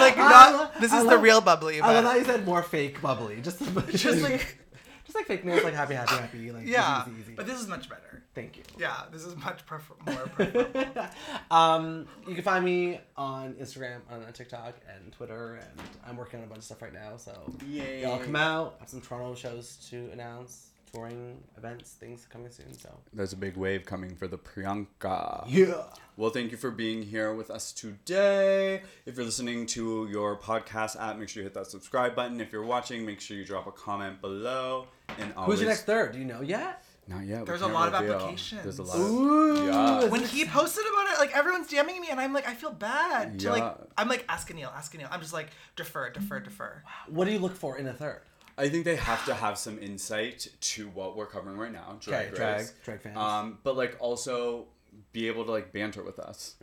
[SPEAKER 5] like not this
[SPEAKER 4] I
[SPEAKER 5] is the
[SPEAKER 4] love-
[SPEAKER 5] real bubbly
[SPEAKER 4] I love how
[SPEAKER 5] but
[SPEAKER 4] you said more fake bubbly. Just, just like, just like fake nails, like happy, happy, happy, like
[SPEAKER 5] yeah
[SPEAKER 4] easy, easy.
[SPEAKER 5] but this is much better
[SPEAKER 4] Thank you.
[SPEAKER 5] yeah this is much prefer- more preferable
[SPEAKER 4] Um, you can find me on Instagram, on TikTok, and Twitter, and I'm working on a bunch of stuff right now. So
[SPEAKER 3] Yay.
[SPEAKER 4] y'all come out. I have some Toronto shows to announce, touring events, things coming soon. So
[SPEAKER 3] There's a big wave coming for the Priyanka.
[SPEAKER 4] yeah.
[SPEAKER 3] Well, thank you for being here with us today. If you're listening to your podcast app, make sure you hit that subscribe button. If you're watching, make sure you drop a comment below. And always,
[SPEAKER 4] Who's your next third? Do you know yet?
[SPEAKER 3] Not yet. we
[SPEAKER 5] There's a
[SPEAKER 3] can't
[SPEAKER 5] lot of
[SPEAKER 3] reveal.
[SPEAKER 5] applications.
[SPEAKER 3] There's a lot.
[SPEAKER 4] Ooh.
[SPEAKER 3] Of, yeah.
[SPEAKER 5] when he posted about it like everyone's DMing me and I'm like I feel bad to like
[SPEAKER 3] Yeah.
[SPEAKER 5] I'm like ask Anil ask Anil I'm just like defer defer defer
[SPEAKER 4] What do you look for in a third?
[SPEAKER 3] I think they have to have some insight to what we're covering right now. Drag
[SPEAKER 4] Okay, drag-
[SPEAKER 3] race.
[SPEAKER 4] drag fans.
[SPEAKER 3] Um, but like also be able to like banter with us.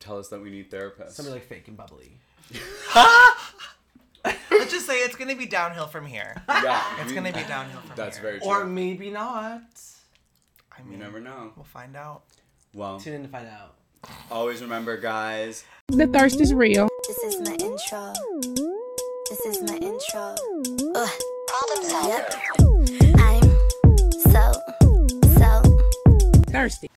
[SPEAKER 3] Tell us that we need therapists.
[SPEAKER 4] Mm. Somebody like fake and bubbly.
[SPEAKER 5] let's just say it's gonna be downhill from here
[SPEAKER 3] yeah,
[SPEAKER 5] it's
[SPEAKER 3] we-
[SPEAKER 5] gonna be downhill from
[SPEAKER 3] That's
[SPEAKER 5] here
[SPEAKER 3] very true.
[SPEAKER 4] Or maybe not.
[SPEAKER 5] I
[SPEAKER 3] you
[SPEAKER 5] mean
[SPEAKER 3] never know.
[SPEAKER 5] we'll find out
[SPEAKER 3] Well,
[SPEAKER 4] Tune in to find out.
[SPEAKER 3] always remember, guys.
[SPEAKER 1] The thirst is real.
[SPEAKER 2] This is my intro. This is my intro. Ugh. Problem solver. Yep. I'm so, so
[SPEAKER 1] Thirsty.